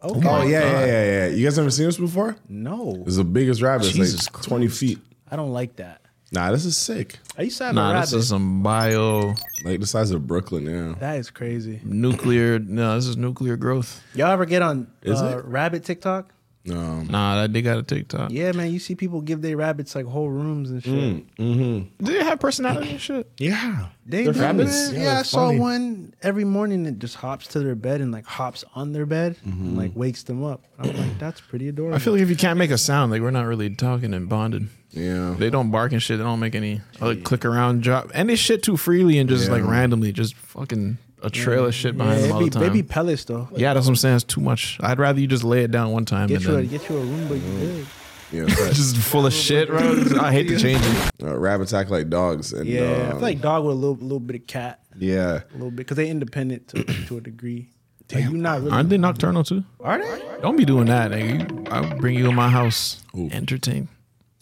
E: okay.
D: Oh, yeah, yeah, yeah, yeah. You guys ever seen this before?
E: No,
D: It's the biggest rabbit. It's
B: Jesus
D: like 20 feet.
E: I don't like that.
D: Nah, this is sick.
E: I used to have a
B: Nah,
E: rabbit.
B: this is some bio
D: Like the size of Brooklyn, yeah.
E: that is crazy.
B: nuclear. No, this is nuclear growth.
E: Y'all ever get on
D: Is
E: uh,
D: it?
E: rabbit TikTok?
D: No.
B: Nah, that they got a TikTok.
E: Mm-hmm. Yeah, man. You see people give their rabbits like whole rooms and shit.
B: Mm-hmm. Do they have personality and shit?
E: Yeah, they
B: They're
E: do,
B: rabbits.
E: man.
B: Yeah,
E: Yeah,
B: they're
E: I saw
B: funny.
E: one every morning that just hops to their bed and like hops on their bed
B: Mm-hmm.
E: and like wakes them up. I'm like, that's pretty adorable.
B: I feel like if you can't make a sound, like we're not really talking and bonded.
D: Yeah.
B: They don't bark and shit. They don't make any like click around drop and they shit too freely and just like randomly just fucking a trail of shit behind them all
E: baby,
B: the time.
E: baby pellets though.
B: yeah, that's what I'm saying. It's too much. I'd rather you just lay it down one time
E: Get you a
B: and
E: get you a room, but
B: Mm-hmm.
E: you big.
D: Yeah,
B: then just full of shit, bro. I hate the change. it.
D: Uh, rabbits act like dogs, and
E: Yeah, I
D: um,
E: feel like dog with a little little bit of cat,
D: yeah,
E: a little bit because they independent to, to a degree. Damn, you not really.
B: Aren't they nocturnal too?
E: Are they?
B: Don't be doing that, nigga. You- I'll bring you in my house. Entertain.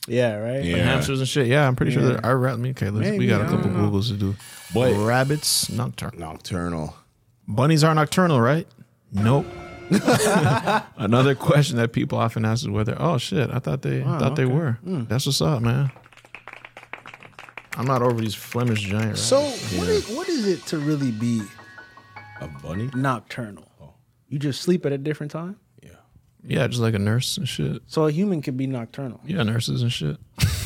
E: Yeah, right.
B: Like hamsters and shit. Yeah, I'm pretty sure
E: Yeah.
B: that I rat me. Okay, let's, we
E: Maybe,
B: got a
E: I
B: couple
E: don't know.
B: Googles to do.
D: But-
B: rabbits nocturnal.
D: nocturnal.
B: Bunnies are nocturnal, right? Nope. Another question that people often ask is whether oh shit, I thought they
E: Wow,
B: thought they
E: okay.
B: were.
E: Hmm.
B: That's what's up, man. I'm not over these Flemish giant rabbits.
E: So what is what is it to really be
D: a bunny
E: nocturnal?
B: Oh.
E: You just sleep at a different time.
B: yeah, just like a nurse and shit.
E: So a human could be nocturnal,
B: Yeah, nurses and shit.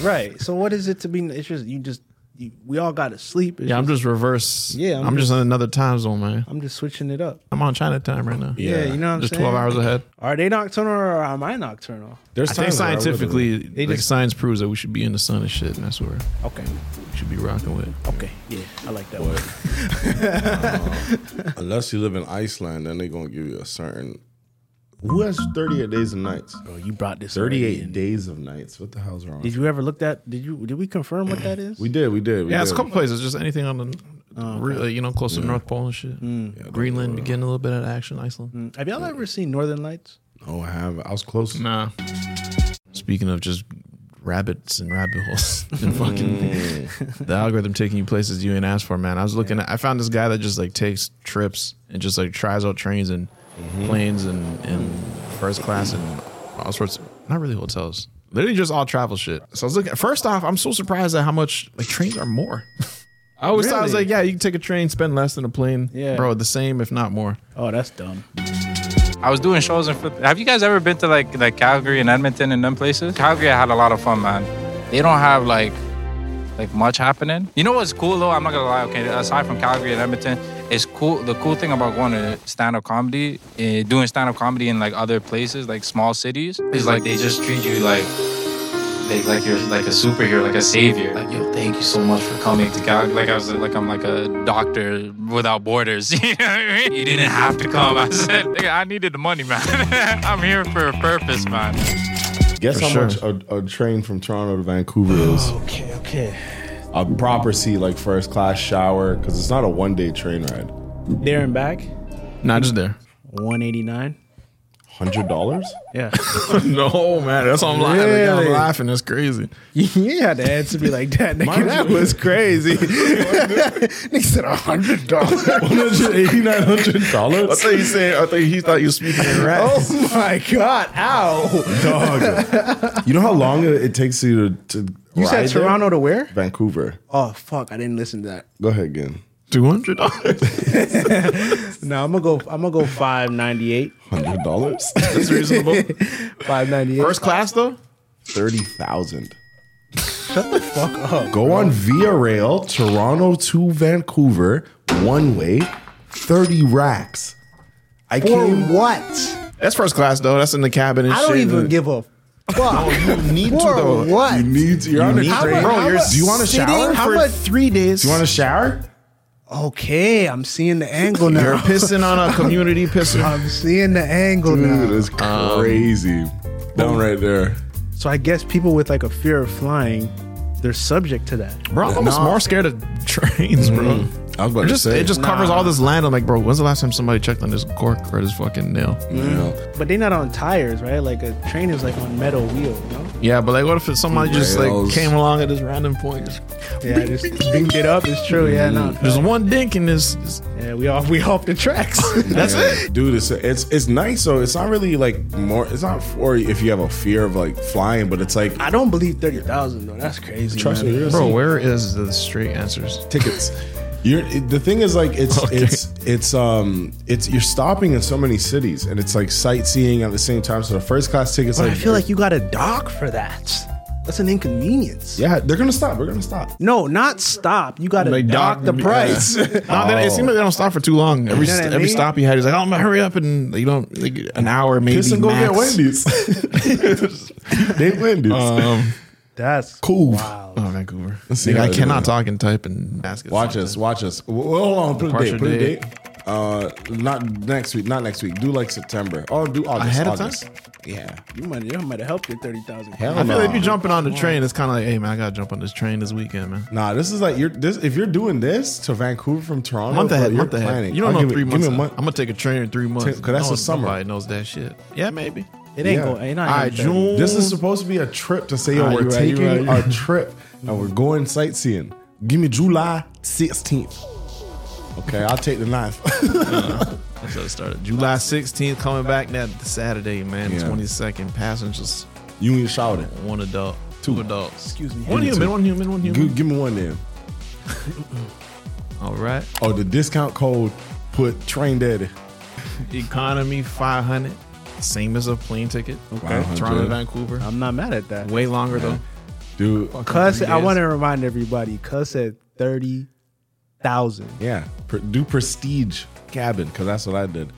E: right? So what is it to be? It's just you just you, we all got to sleep. It's
B: Yeah, I'm just reverse.
E: Yeah,
B: I'm,
E: I'm
B: just,
E: just-
B: in another time zone, man.
E: I'm just switching it up.
B: I'm on China time right now.
E: Yeah, you know what I'm
B: just
E: saying?
B: 12 hours ahead.
E: Are they nocturnal or am I nocturnal?
B: I think scientifically,
E: They
B: like
E: just-
B: science proves that we should be in the sun and shit, and that's where
E: Okay.
B: we should be rocking with.
E: Okay. Yeah, I like that one.
D: But uh, unless you live in Iceland, then they're gonna give you a certain. Who has 38 days of nights?
E: Oh, you brought this. already
D: 38
E: in.
D: days of nights. What the hell's wrong?
E: Did you ever look that? Did you? Did we confirm what that is?
D: We did, we did. We
B: yeah, it's a
D: did.
B: couple places. Just anything on the, re- uh, you know, close to the North Pole and shit. Greenland, begin a little bit of action. Iceland.
E: Mm, Have y'all ever seen Northern Lights?
D: Oh, I have. I was close.
B: Nah. Speaking of just rabbits and rabbit holes and fucking the algorithm taking you places you ain't asked for, man. I was looking at I found this guy that just like takes trips and just like tries out trains and planes and, and first class and all sorts not really hotels. Literally just all travel shit. So I was looking first off, I'm so surprised at how much like trains are more. I always thought I was
E: Really?
B: like, yeah, you can take a train, spend less than a plane.
E: Yeah.
B: Bro, the same if not more.
E: Oh, that's dumb.
M: I was doing shows in. Phil- Have you guys ever been to like like Calgary and Edmonton and them places? Calgary, I had a lot of fun, man. They don't have like like much happening. You know what's cool though? I'm not gonna lie. Okay, aside from Calgary and Edmonton, it's cool. The cool thing about going to stand up comedy, eh, doing stand up comedy in like other places, like small cities, is like they just treat you like they like you're like a superhero, like a savior. Like yo, thank you so much for coming to Calgary. Like I was like I'm like a doctor without borders. you know what I mean? You didn't have to come. I said "Nigga, I needed the money, man. I'm here for a purpose, man.
D: Guess
M: For
D: how
M: sure.
D: much a, a train from Toronto to Vancouver is?
E: Okay, okay.
D: A proper seat, like first class shower, because it's not a one day train ride.
E: There and back,
B: Not just there.
E: one eighty nine.
D: Hundred dollars?
E: Yeah.
B: no, man. That's why I'm laughing. Like, I'm
E: Really?
B: laughing. That's crazy.
E: you ain't had to answer me like that. Nigga. That was crazy. Nigga said hundred dollars.
D: One hundred eighty nine hundred dollars. I thought you said. I thought he thought you were speaking in rats.
E: Oh my god! Ow!
D: Dog. you know how long it, it takes you to. to
E: You said
D: ride there?
E: Toronto to where?
D: Vancouver.
E: Oh fuck! I didn't listen to that.
D: Go ahead again.
B: Two hundred dollars.
E: No, I'm gonna go. I'm gonna go five ninety eight.
D: Hundred dollars.
B: That's reasonable.
E: Five ninety eight.
B: First class though.
D: Thirty thousand.
E: Fuck up.
D: Go on Via Rail, Toronto to Vancouver, one way, thirty racks. I
E: For
D: came.
E: what?
B: That's first class though. That's in the cabin and
E: I
B: shit.
E: don't even give a fuck.
D: You need
E: For
D: to though.
E: what?
D: You need to. You're on a
B: need
D: train.
B: to. Bro, you're-
D: do you want to shower?
E: How
D: for-
E: about three days?
D: do you want to shower?
E: okay, I'm seeing the angle now.
B: You're pissing on a community pisser.
E: I'm seeing the angle
D: Dude,
E: now.
D: that's crazy. Down right there.
E: So I guess people with like a fear of flying, they're subject to that.
B: Bro, I'm almost
D: Nah.
B: more scared of trains, bro.
D: I was about
B: It Mm-hmm.
D: to
B: just
D: say.
B: it just covers
E: Nah.
B: all this land. I'm like, bro, when's the last time somebody checked on this cork or this fucking nail?
D: Yeah.
E: But they're not on tires, right? Like a train is like on metal wheel, you know?
B: Yeah, but like, what if it's somebody just like
D: Rails.
B: came along at this random point? Just,
E: Yeah, just beamed it up. It's true. Yeah,
D: Mm-hmm.
E: no.
B: there's one dink in this. this-
E: Yeah, we off we off the tracks.
B: That's
D: Yeah.
B: it.
D: dude. It's it's it's nice. So it's not really like more. It's not for if you have a fear of like flying, but it's like
E: I don't believe thirty thousand though. That's crazy.
D: trust
E: man.
D: me, you're
B: Bro,
D: bro.
B: where is the straight answers?
D: Tickets. You're it- the thing is like it's it's it's um it's you're stopping in so many cities and it's like sightseeing at the same time. So the first class tickets
E: But
D: like
E: I feel like you got a dock for that. That's an inconvenience.
D: Yeah, they're gonna stop. We're gonna stop.
E: No, not stop. You got to dock the price.
B: Yeah. No, they- It seems like they don't stop for too long. Every
E: You know what I
B: every
E: mean?
B: stop you had, he's like, "Oh, I'm gonna hurry up," and you don't like an hour maybe.
D: Kiss and go get
B: max.
D: Wendy's. they Wendy's.
B: Um,
E: That's
D: cool.
B: Oh, Vancouver.
D: Let's see
B: Like,
D: how
B: I
D: they
B: cannot
D: do.
B: talk and type and ask. it.
D: Watch us, watch us. Well, hold on, put a
B: Departure
D: date, put a
B: date.
D: date. Uh, not next week, not next week. Do like September. Oh, do August.
B: Ahead of time?
D: August. Yeah.
E: You might, you might have helped your 30,000.
D: Hell
B: I feel
D: no.
B: like if you're jumping on the train, it's kind of like, "Hey man, I gotta jump on this train this weekend, man."
D: Nah, this is like you're this. If you're doing this to Vancouver from Toronto,
B: month
D: bro,
B: ahead,
D: you're
B: month ahead.
D: planning.
B: You don't
D: I'll
B: know
D: give
B: three
D: it-
B: months.
D: Give me a
B: out.
D: month.
B: I'm gonna take a train in three months.
D: Cause that's
B: No,
D: the summer.
B: Nobody knows that shit. Yeah, maybe.
E: It ain't go- it not
B: All right,
E: happening.
B: June.
D: This is supposed to be a trip to say, yo,
B: Ah,
D: we're
B: you right, you
D: taking
B: right, you right.
D: a trip and we're going sightseeing. Give me July 16th. Okay, I'll take the ninth.
B: That's how it started. July 16th, coming back that Saturday, man.
D: Yeah.
B: 22nd. Passengers.
D: you ain't shouting.
B: One adult. Two, adults. Excuse
E: me.
B: One
D: Give me
B: human.
D: two.
B: One human. One human.
D: Give, give me one then.
B: All right.
D: Oh, the discount code put train daddy.
B: Economy 500. Same as a plane ticket.
D: Okay.
B: Toronto,
D: 500.
B: Vancouver.
E: I'm not mad at that.
B: Way longer
D: Dude,
B: though.
E: Cuz,
B: Three
E: I
B: days.
E: want to remind everybody, Cuz said 30,000.
D: yeah. Pre- do prestige cabin, because that's what I did.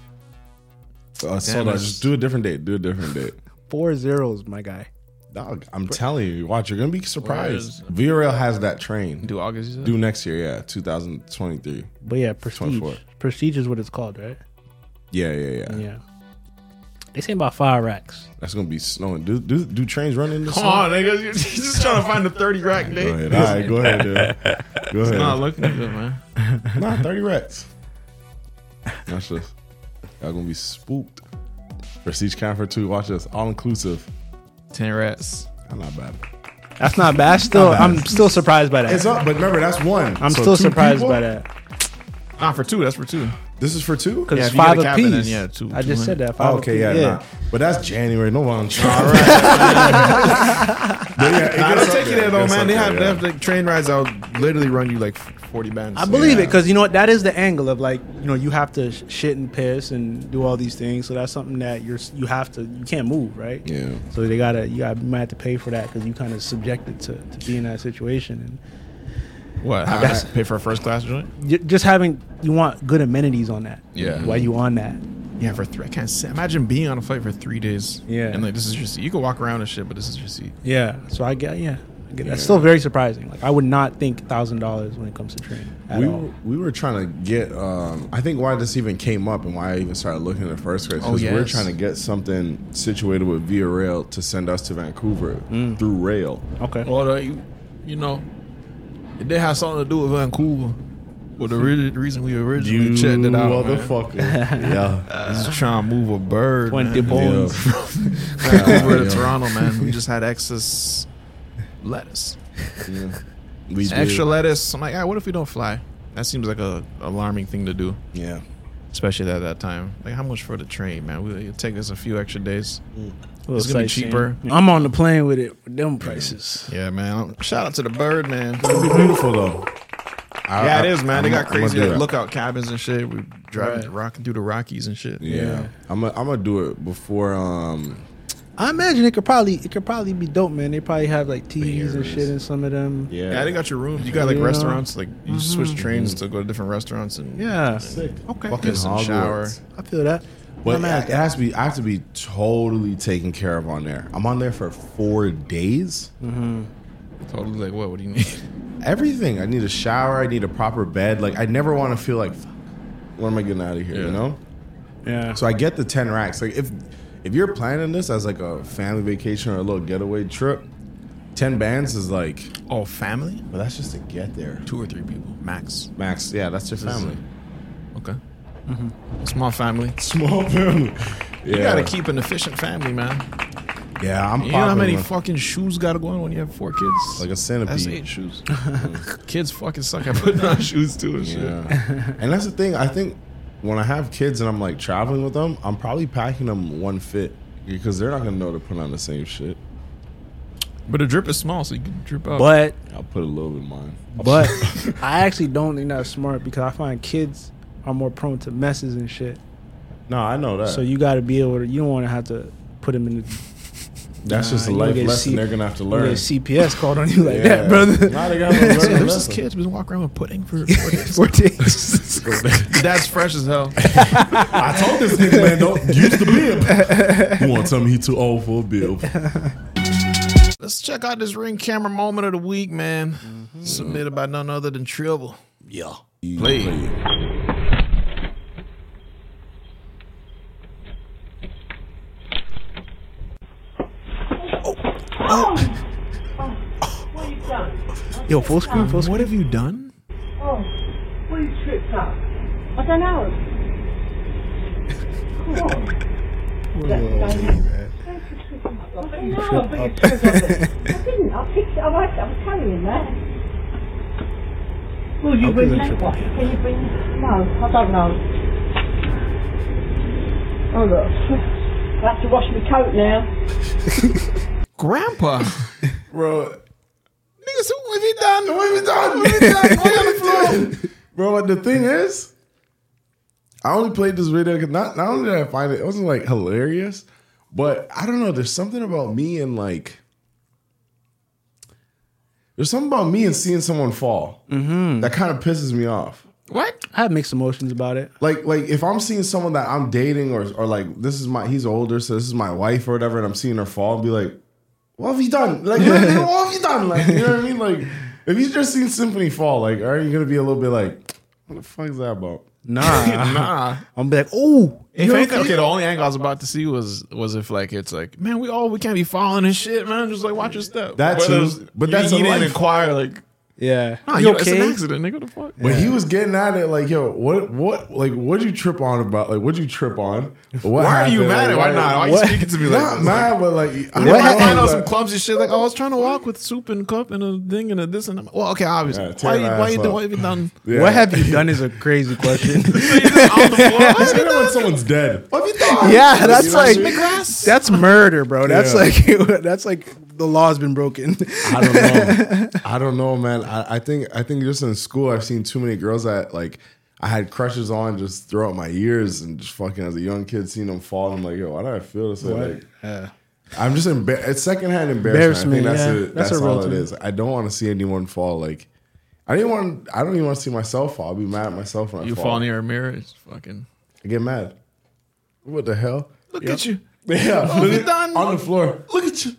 D: Uh, so
B: it's-
D: just do a different date. Do a different date.
E: Four zeros, my guy.
D: Dog, I'm telling you, watch, you're gonna be surprised.
B: is-
D: VRL has that train.
B: Do August. You said?
D: Do next year, yeah, 2023.
E: But yeah, prestige.
D: 24.
E: Prestige is what it's called, right?
D: Yeah, yeah, yeah.
E: Yeah. They say about five racks.
D: That's gonna be snowing. Do do, do trains run in the
B: Come
D: snow?
B: on, niggas. You're just trying to find a 30 rack
D: Go
B: day.
D: ahead. All right, go ahead, dude. Go
B: It's
D: ahead.
B: not looking good, man.
D: Nah, 30 racks. That's just y'all gonna be spooked. Prestige Comfort 2, watch this. All inclusive.
B: 10 rats.
D: I'm not bad.
E: That's not bad. Still, I'm still surprised by that.
D: It's up, but remember that's one.
E: I'm
D: So
E: still
D: two
E: surprised
D: people?
E: by that
B: Nah, for two. That's for two.
D: This is for two?
E: because
B: Yeah,
E: it's
B: if you get
E: five
B: a cabin, then
E: apiece.
B: yeah, two-
E: I just said
B: 200.
E: that. Five
D: Oh, okay, yeah,
E: apiece.
D: nah. But that's January. No one trying.
B: All right.
D: But yeah, it
B: Nah,
D: gets
B: they take
D: up
B: you there
D: It
B: though,
D: gets
B: man.
D: up
B: They
D: there,
B: have,
D: yeah.
B: they have like train rides out, literally run you like forty bands.
E: I believe it
D: Yeah.
E: because you know what? That is the angle of like you know you have to sh- shit and piss and do all these things. So that's something that you're s- you have to you can't move right.
D: Yeah.
E: So they gotta you got to you might have to pay for that because you kind of subjected to to be in that situation and
B: What? Have
E: That's-
B: to pay for a first class joint?
E: you just having you want good amenities on that.
B: Yeah.
E: While you on that.
B: Yeah, for three. I can't say. Imagine being on a flight for three days.
E: Yeah.
B: and like this is your seat. You can walk around and shit, but this is your seat.
E: Yeah. So I get yeah. I get, That's still very surprising. Like I would not think thousand dollars when it comes to training at
D: we,
E: all.
D: were- we were trying to get um, i think why this even came up and why i even started looking in the first place
B: Oh,
D: because we are
B: yes.
D: trying to get something situated with via rail to send us to vancouver through rail
E: Mm. Okay.
B: Well, uh, you, you know, it did have something to do with Vancouver. Well, the re- reason we originally checked it out, man,
D: motherfucker yeah
B: is trying to move a bird.
E: Twenty
B: man.
E: bones.
B: Vancouver
D: Yeah.
B: to Toronto, man. We just had excess lettuce,
D: we did.
B: extra lettuce. I'm like, ah, what if we don't fly? That seems like a alarming thing to do.
D: yeah
B: especially at that time. Like how much for the train, man? We, it'll take us a few extra days.
E: Little
B: It's gonna be
E: sightseeing.
B: cheaper.
E: I'm on the plane with it with them prices.
B: Yeah, man. Shout out to the bird, man.
D: it'd be beautiful though I-
B: yeah, it
D: I-
B: is, man. They
D: I'm-
B: got
D: I'm gonna
B: crazy
D: do
B: like,
D: that.
B: lookout cabins and shit. We driving, rocking through the Rockies and shit.
D: yeah, i'm gonna I'm gonna do it before um
E: I imagine it could probably it could probably be dope, man. They probably have like TVs and shit in some of them.
D: yeah,
B: Yeah, they got your rooms. You got like
E: Yeah. Mm-hmm.
B: restaurants. Like you switch trains to go to different restaurants and
E: Yeah.
B: okay,
D: fucking Hogwarts.
B: shower.
E: I feel that.
D: But
E: I'm mad at
D: it has to be. I have to be totally taken care of on there. I'm on there for four days.
B: Totally like what? What do you need?
D: everything. I need a shower. I need a proper bed. Like I never want to feel like, "Fuck, when am I getting out of here? You
B: Yeah.
D: know.
E: Yeah.
D: So I get the ten racks. Like if if you're planning this as like a family vacation or a little getaway trip, ten bands is like.
B: All Oh, family,
D: But that's just to get there.
B: two or three people max.
D: Max, yeah, that's your family.
B: Okay,
E: Mm-hmm.
B: small family.
D: Small family.
B: You
D: Yeah.
B: gotta keep an efficient family, man.
D: Yeah, I'm.
B: You know how
D: popping
B: many
D: with-
B: fucking shoes gotta go on when you have four kids?
D: Like a
B: That's
D: centipede.
B: eight shoes. kids fucking suck at putting on shoes too and shit.
D: Yeah. and that's the thing. I think when I have kids and I'm like traveling with them, I'm probably packing them one fit because they're not gonna know to put on the same shit.
B: But the drip is small, so you can drip out.
E: But-
D: I'll put a little in mine.
E: But I actually don't think that's smart because I find kids are more prone to messes and shit.
D: No, I know that.
E: So you got to be able to. You don't want to have to put them in the.
D: That's just a
E: you gonna
D: life
E: get
D: lesson they're gonna have to
E: you gonna
D: learn.
E: get CPS called on you like
D: Yeah.
E: that, brother.
D: Now they gotta learn
B: So
D: a
B: there's this
D: lesson.
B: kid who's been walking around with pudding for four days.
E: four days.
B: That's fresh as hell.
D: I told this nigga, man, don't use the bib. You want to tell me he too old for a bib?
B: Let's check out this ring camera moment of the week, man.
E: Mm-hmm.
B: Submitted by none other than Tribble.
D: Yeah.
B: Play.
N: Oh.
E: Oh. Yo, full screen, full
B: What have you done?
N: Oh, what are you tripped out? I don't know. Come on. No, but you tripped on it. I didn't. I picked it. I was, I was carrying that. Will you bring that one? Can you bring? No, I don't know. Oh look, I have to wash my coat now.
B: Grandpa.
D: Bro,
B: Niggas, what have you done? What have you done?
D: What have you done? Lay on the floor. Bro, but the thing is, I only played this video because not, not only did I find it, it wasn't like hilarious, but I don't know. There's something about me and like, there's something about me and seeing someone fall that kind of pisses me off.
B: What?
E: I have mixed emotions about it.
D: Like, like if I'm seeing someone that I'm dating or or like this is my he's older, so this is my wife or whatever, and I'm seeing her fall and be like, what have you done? Like, what, what have you done? Like, you know what I mean? Like, if you just seen Symphony fall, like, are you gonna be a little bit like, what the fuck is that about?
E: Nah,
B: Nah.
E: I'm be like, oh,
B: If anything, okay, the only angle I was about to see was was if like it's like, man, we all we can't be following this shit, man. Just like watch your step.
D: That
B: Whether
D: too.
B: it's-
D: But
B: you-
D: that's
B: you
D: a
B: didn't
D: life.
B: inquire like,
E: yeah,
B: nah,
E: you
B: yo, it's an
E: okay?
B: accident, nigga. What the fuck?
D: But he was getting at it like, yo, what, what, like, what'd you trip on about? Like, what'd you trip on? What
B: Why are you
D: happened?
B: mad at-
D: Like,
B: why not? Why you speaking to me like
D: Not
B: this?
D: mad, but like, I
B: I
D: don't know,
B: might find out
D: like-
B: some clumsy shit like, oh, I was trying to walk with soup and cup and a thing and a this and a, well, okay, obviously.
D: Yeah, tear
B: why,
D: your
B: you- why
D: ass
B: you
D: up.
B: doing? What have you done?
D: Yeah.
E: What have you done? Is a crazy question.
B: On the floor?
D: It's better when someone's dead. What have you done?
E: yeah, that's
D: You know what I
E: like
D: mean?
E: that's murder, bro. That's
D: Yeah.
E: like that's like the law's been broken.
D: I don't know. I don't know, man. I, I think I think just in school, I've seen too many girls that like I had crushes on just throughout my years, and just fucking as a young kid, seeing them fall. I'm like, yo, why do I feel this way?
E: What?
D: Like, I'm just embarrassed. It's secondhand embarrassment. I
E: Embarrassment,
D: think that's
E: yeah.
D: it.
E: That's
D: That's,
E: a real
D: all it
E: thing.
D: is. I don't want to see anyone fall. Like, I didn't want. I don't even want to see myself fall. I'll be mad at myself when I
B: You
D: fall.
B: fall near a mirror, it's fucking.
D: I get mad. What the hell?
B: Look
D: Yeah.
B: at you.
D: Yeah,
B: Oh, you done?
D: on the floor.
B: Look at you.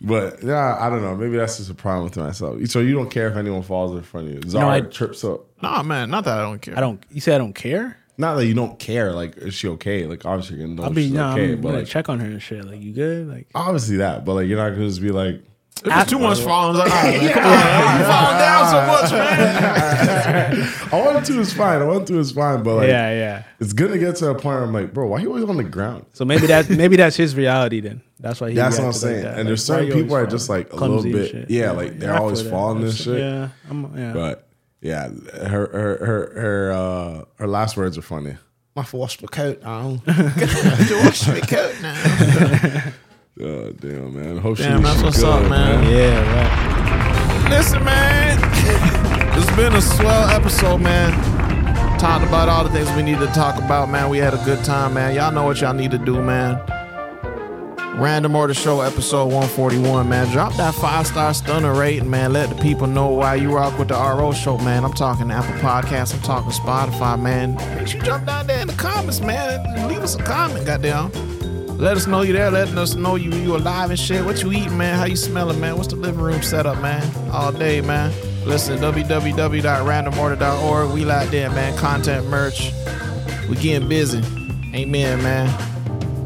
D: But yeah, I don't know. Maybe that's just a problem with myself. So you don't care if anyone falls in front of you. Zara
E: I-
D: trips up.
B: Nah, man, not that I don't care.
E: I don't. You say I don't care.
D: Not that you don't care. Like, is she okay? Like, obviously, you're gonna know
E: I'll be
D: she's
E: nah,
D: okay.
E: I'm
D: But
E: gonna
D: like,
E: check on her and shit. Like you good? Like
D: obviously that. But like, you're not gonna just be like,
B: It was too much falling. I was like, all right, man, come on, man. you falling down so much, man.
D: I went through his fine. I went through his fine. But like,
E: yeah, yeah.
D: it's gonna get to a point where I'm like, bro, why you always on the ground?
E: So maybe that maybe that's his reality then. That's why he
D: That's what I'm
E: reacted like
D: saying.
E: that.
D: and there's
E: Like, why
D: certain
E: you always
D: people are
E: falling?
D: just like a
E: Clumsy
D: little
E: and
D: bit,
E: shit.
D: yeah, like they're
E: I feel
D: always
E: that.
D: falling this
E: That's-
D: shit.
E: Yeah, I'm yeah.
D: But yeah, her her her her uh, her last words are funny. My wash my coat now.
B: Wash my coat now.
D: Oh damn, man. Hope she-
B: Damn, that's
D: she
B: what's
D: good,
B: up, man.
E: yeah, right.
B: Listen, man, it's been a swell episode, man. Talked about all the things we need to talk about, man. We had a good time, man. Y'all know what y'all need to do, man. Random Order Show, episode 141, man. Drop that five star stunner rating, man. Let the people know why you rock with the RO show, man. I'm talking Apple Podcasts, I'm talking Spotify, man. Make sure you jump down there in the comments, man. Leave us a comment, goddamn. Let us know you there. Letting us know you you alive and shit. What you eating, man? How you smelling, man? What's the living room setup, man? All day, man. Listen, www.randomorder.org. We like there, man. Content merch. We getting busy. Amen, man.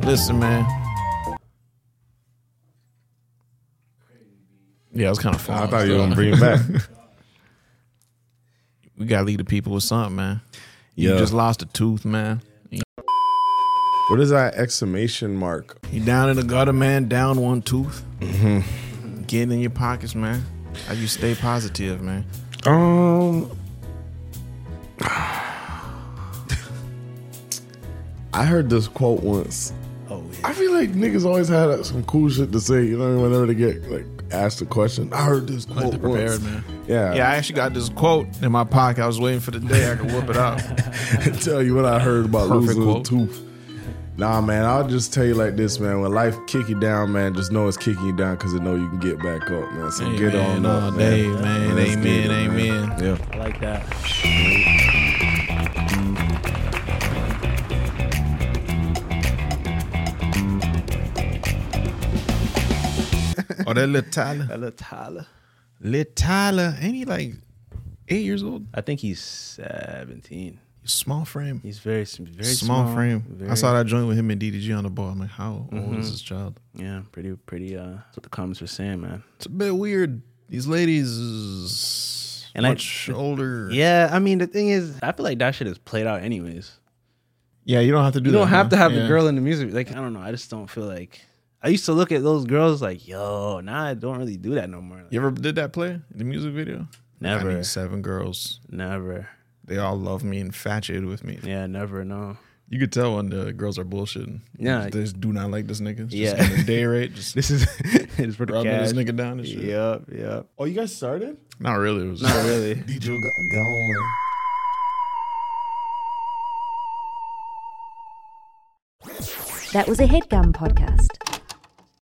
B: Listen, man. Yeah, it was kind of fun.
D: I thought you were gonna bring it back.
B: we gotta leave the people with something, man.
D: Yeah.
B: You just lost a tooth, man.
D: What is that exclamation mark?
B: You down in the gutter, man. Down one tooth.
E: Mm-hmm.
B: Get it in your pockets, man. How you stay positive, man?
D: Um, I heard this quote once.
E: Oh
D: I feel like niggas always had uh, some cool shit to say. You know, what I mean? whenever they get like asked a question, I heard this quote
B: they're prepared,
D: once.
B: man.
E: Uh,
D: Yeah,
B: Yeah, I actually got this quote in my pocket. I was waiting for the day I could whip it out.
D: tell you what I heard about
B: Perfect
D: losing
B: quote.
D: a tooth. Nah, man, I'll just tell you like this, man. When life kick you down, man, just know it's kicking you down because it know you can get back up, man. So get
B: Amen
D: on up,
B: all
D: man.
B: day, man.
D: let's
B: Amen,
D: get it, man.
B: amen.
D: Yeah.
E: I like that.
B: Oh, that little Tyler.
E: That little Tyler.
B: Little Tyler. Ain't he like eight years old?
E: I think he's 17.
B: Small frame.
E: He's very, s- very
B: small,
E: small,
B: frame. I
E: very-
B: saw that joint with him and DDG on the ball. I'm like, how old
E: Mhm.
B: is this child?
E: Yeah, pretty, pretty. Uh, that's what the comments were saying, man.
B: It's a bit weird. These ladies is
E: And I-
B: much older.
E: Yeah, I mean the thing is, I feel like that shit is played out anyways.
B: Yeah, you don't have to do
E: you
B: that.
E: don't have
B: man.
E: to have
B: Yeah.
E: the girl in the music. Like I don't know, I just don't feel like. I used to look at those girls like, yo, nah, I don't really do that no more.
B: You ever did that play? The music video?
E: Never.
B: I need seven girls.
E: Never.
B: They all love me, infatuated with me.
E: Yeah, never. No.
B: You could tell when the girls are bullshitting.
E: Yeah.
B: They just do not like this nigga. It's
E: Yeah.
B: Just on the day rate. Just
E: This is it's for the
B: rubbing this
E: cash.
B: nigga down and shit.
E: Yep, yep.
D: Oh, you guys started?
B: Not really. It was
E: Not really.
D: DJ got going.
O: That was a headgum podcast.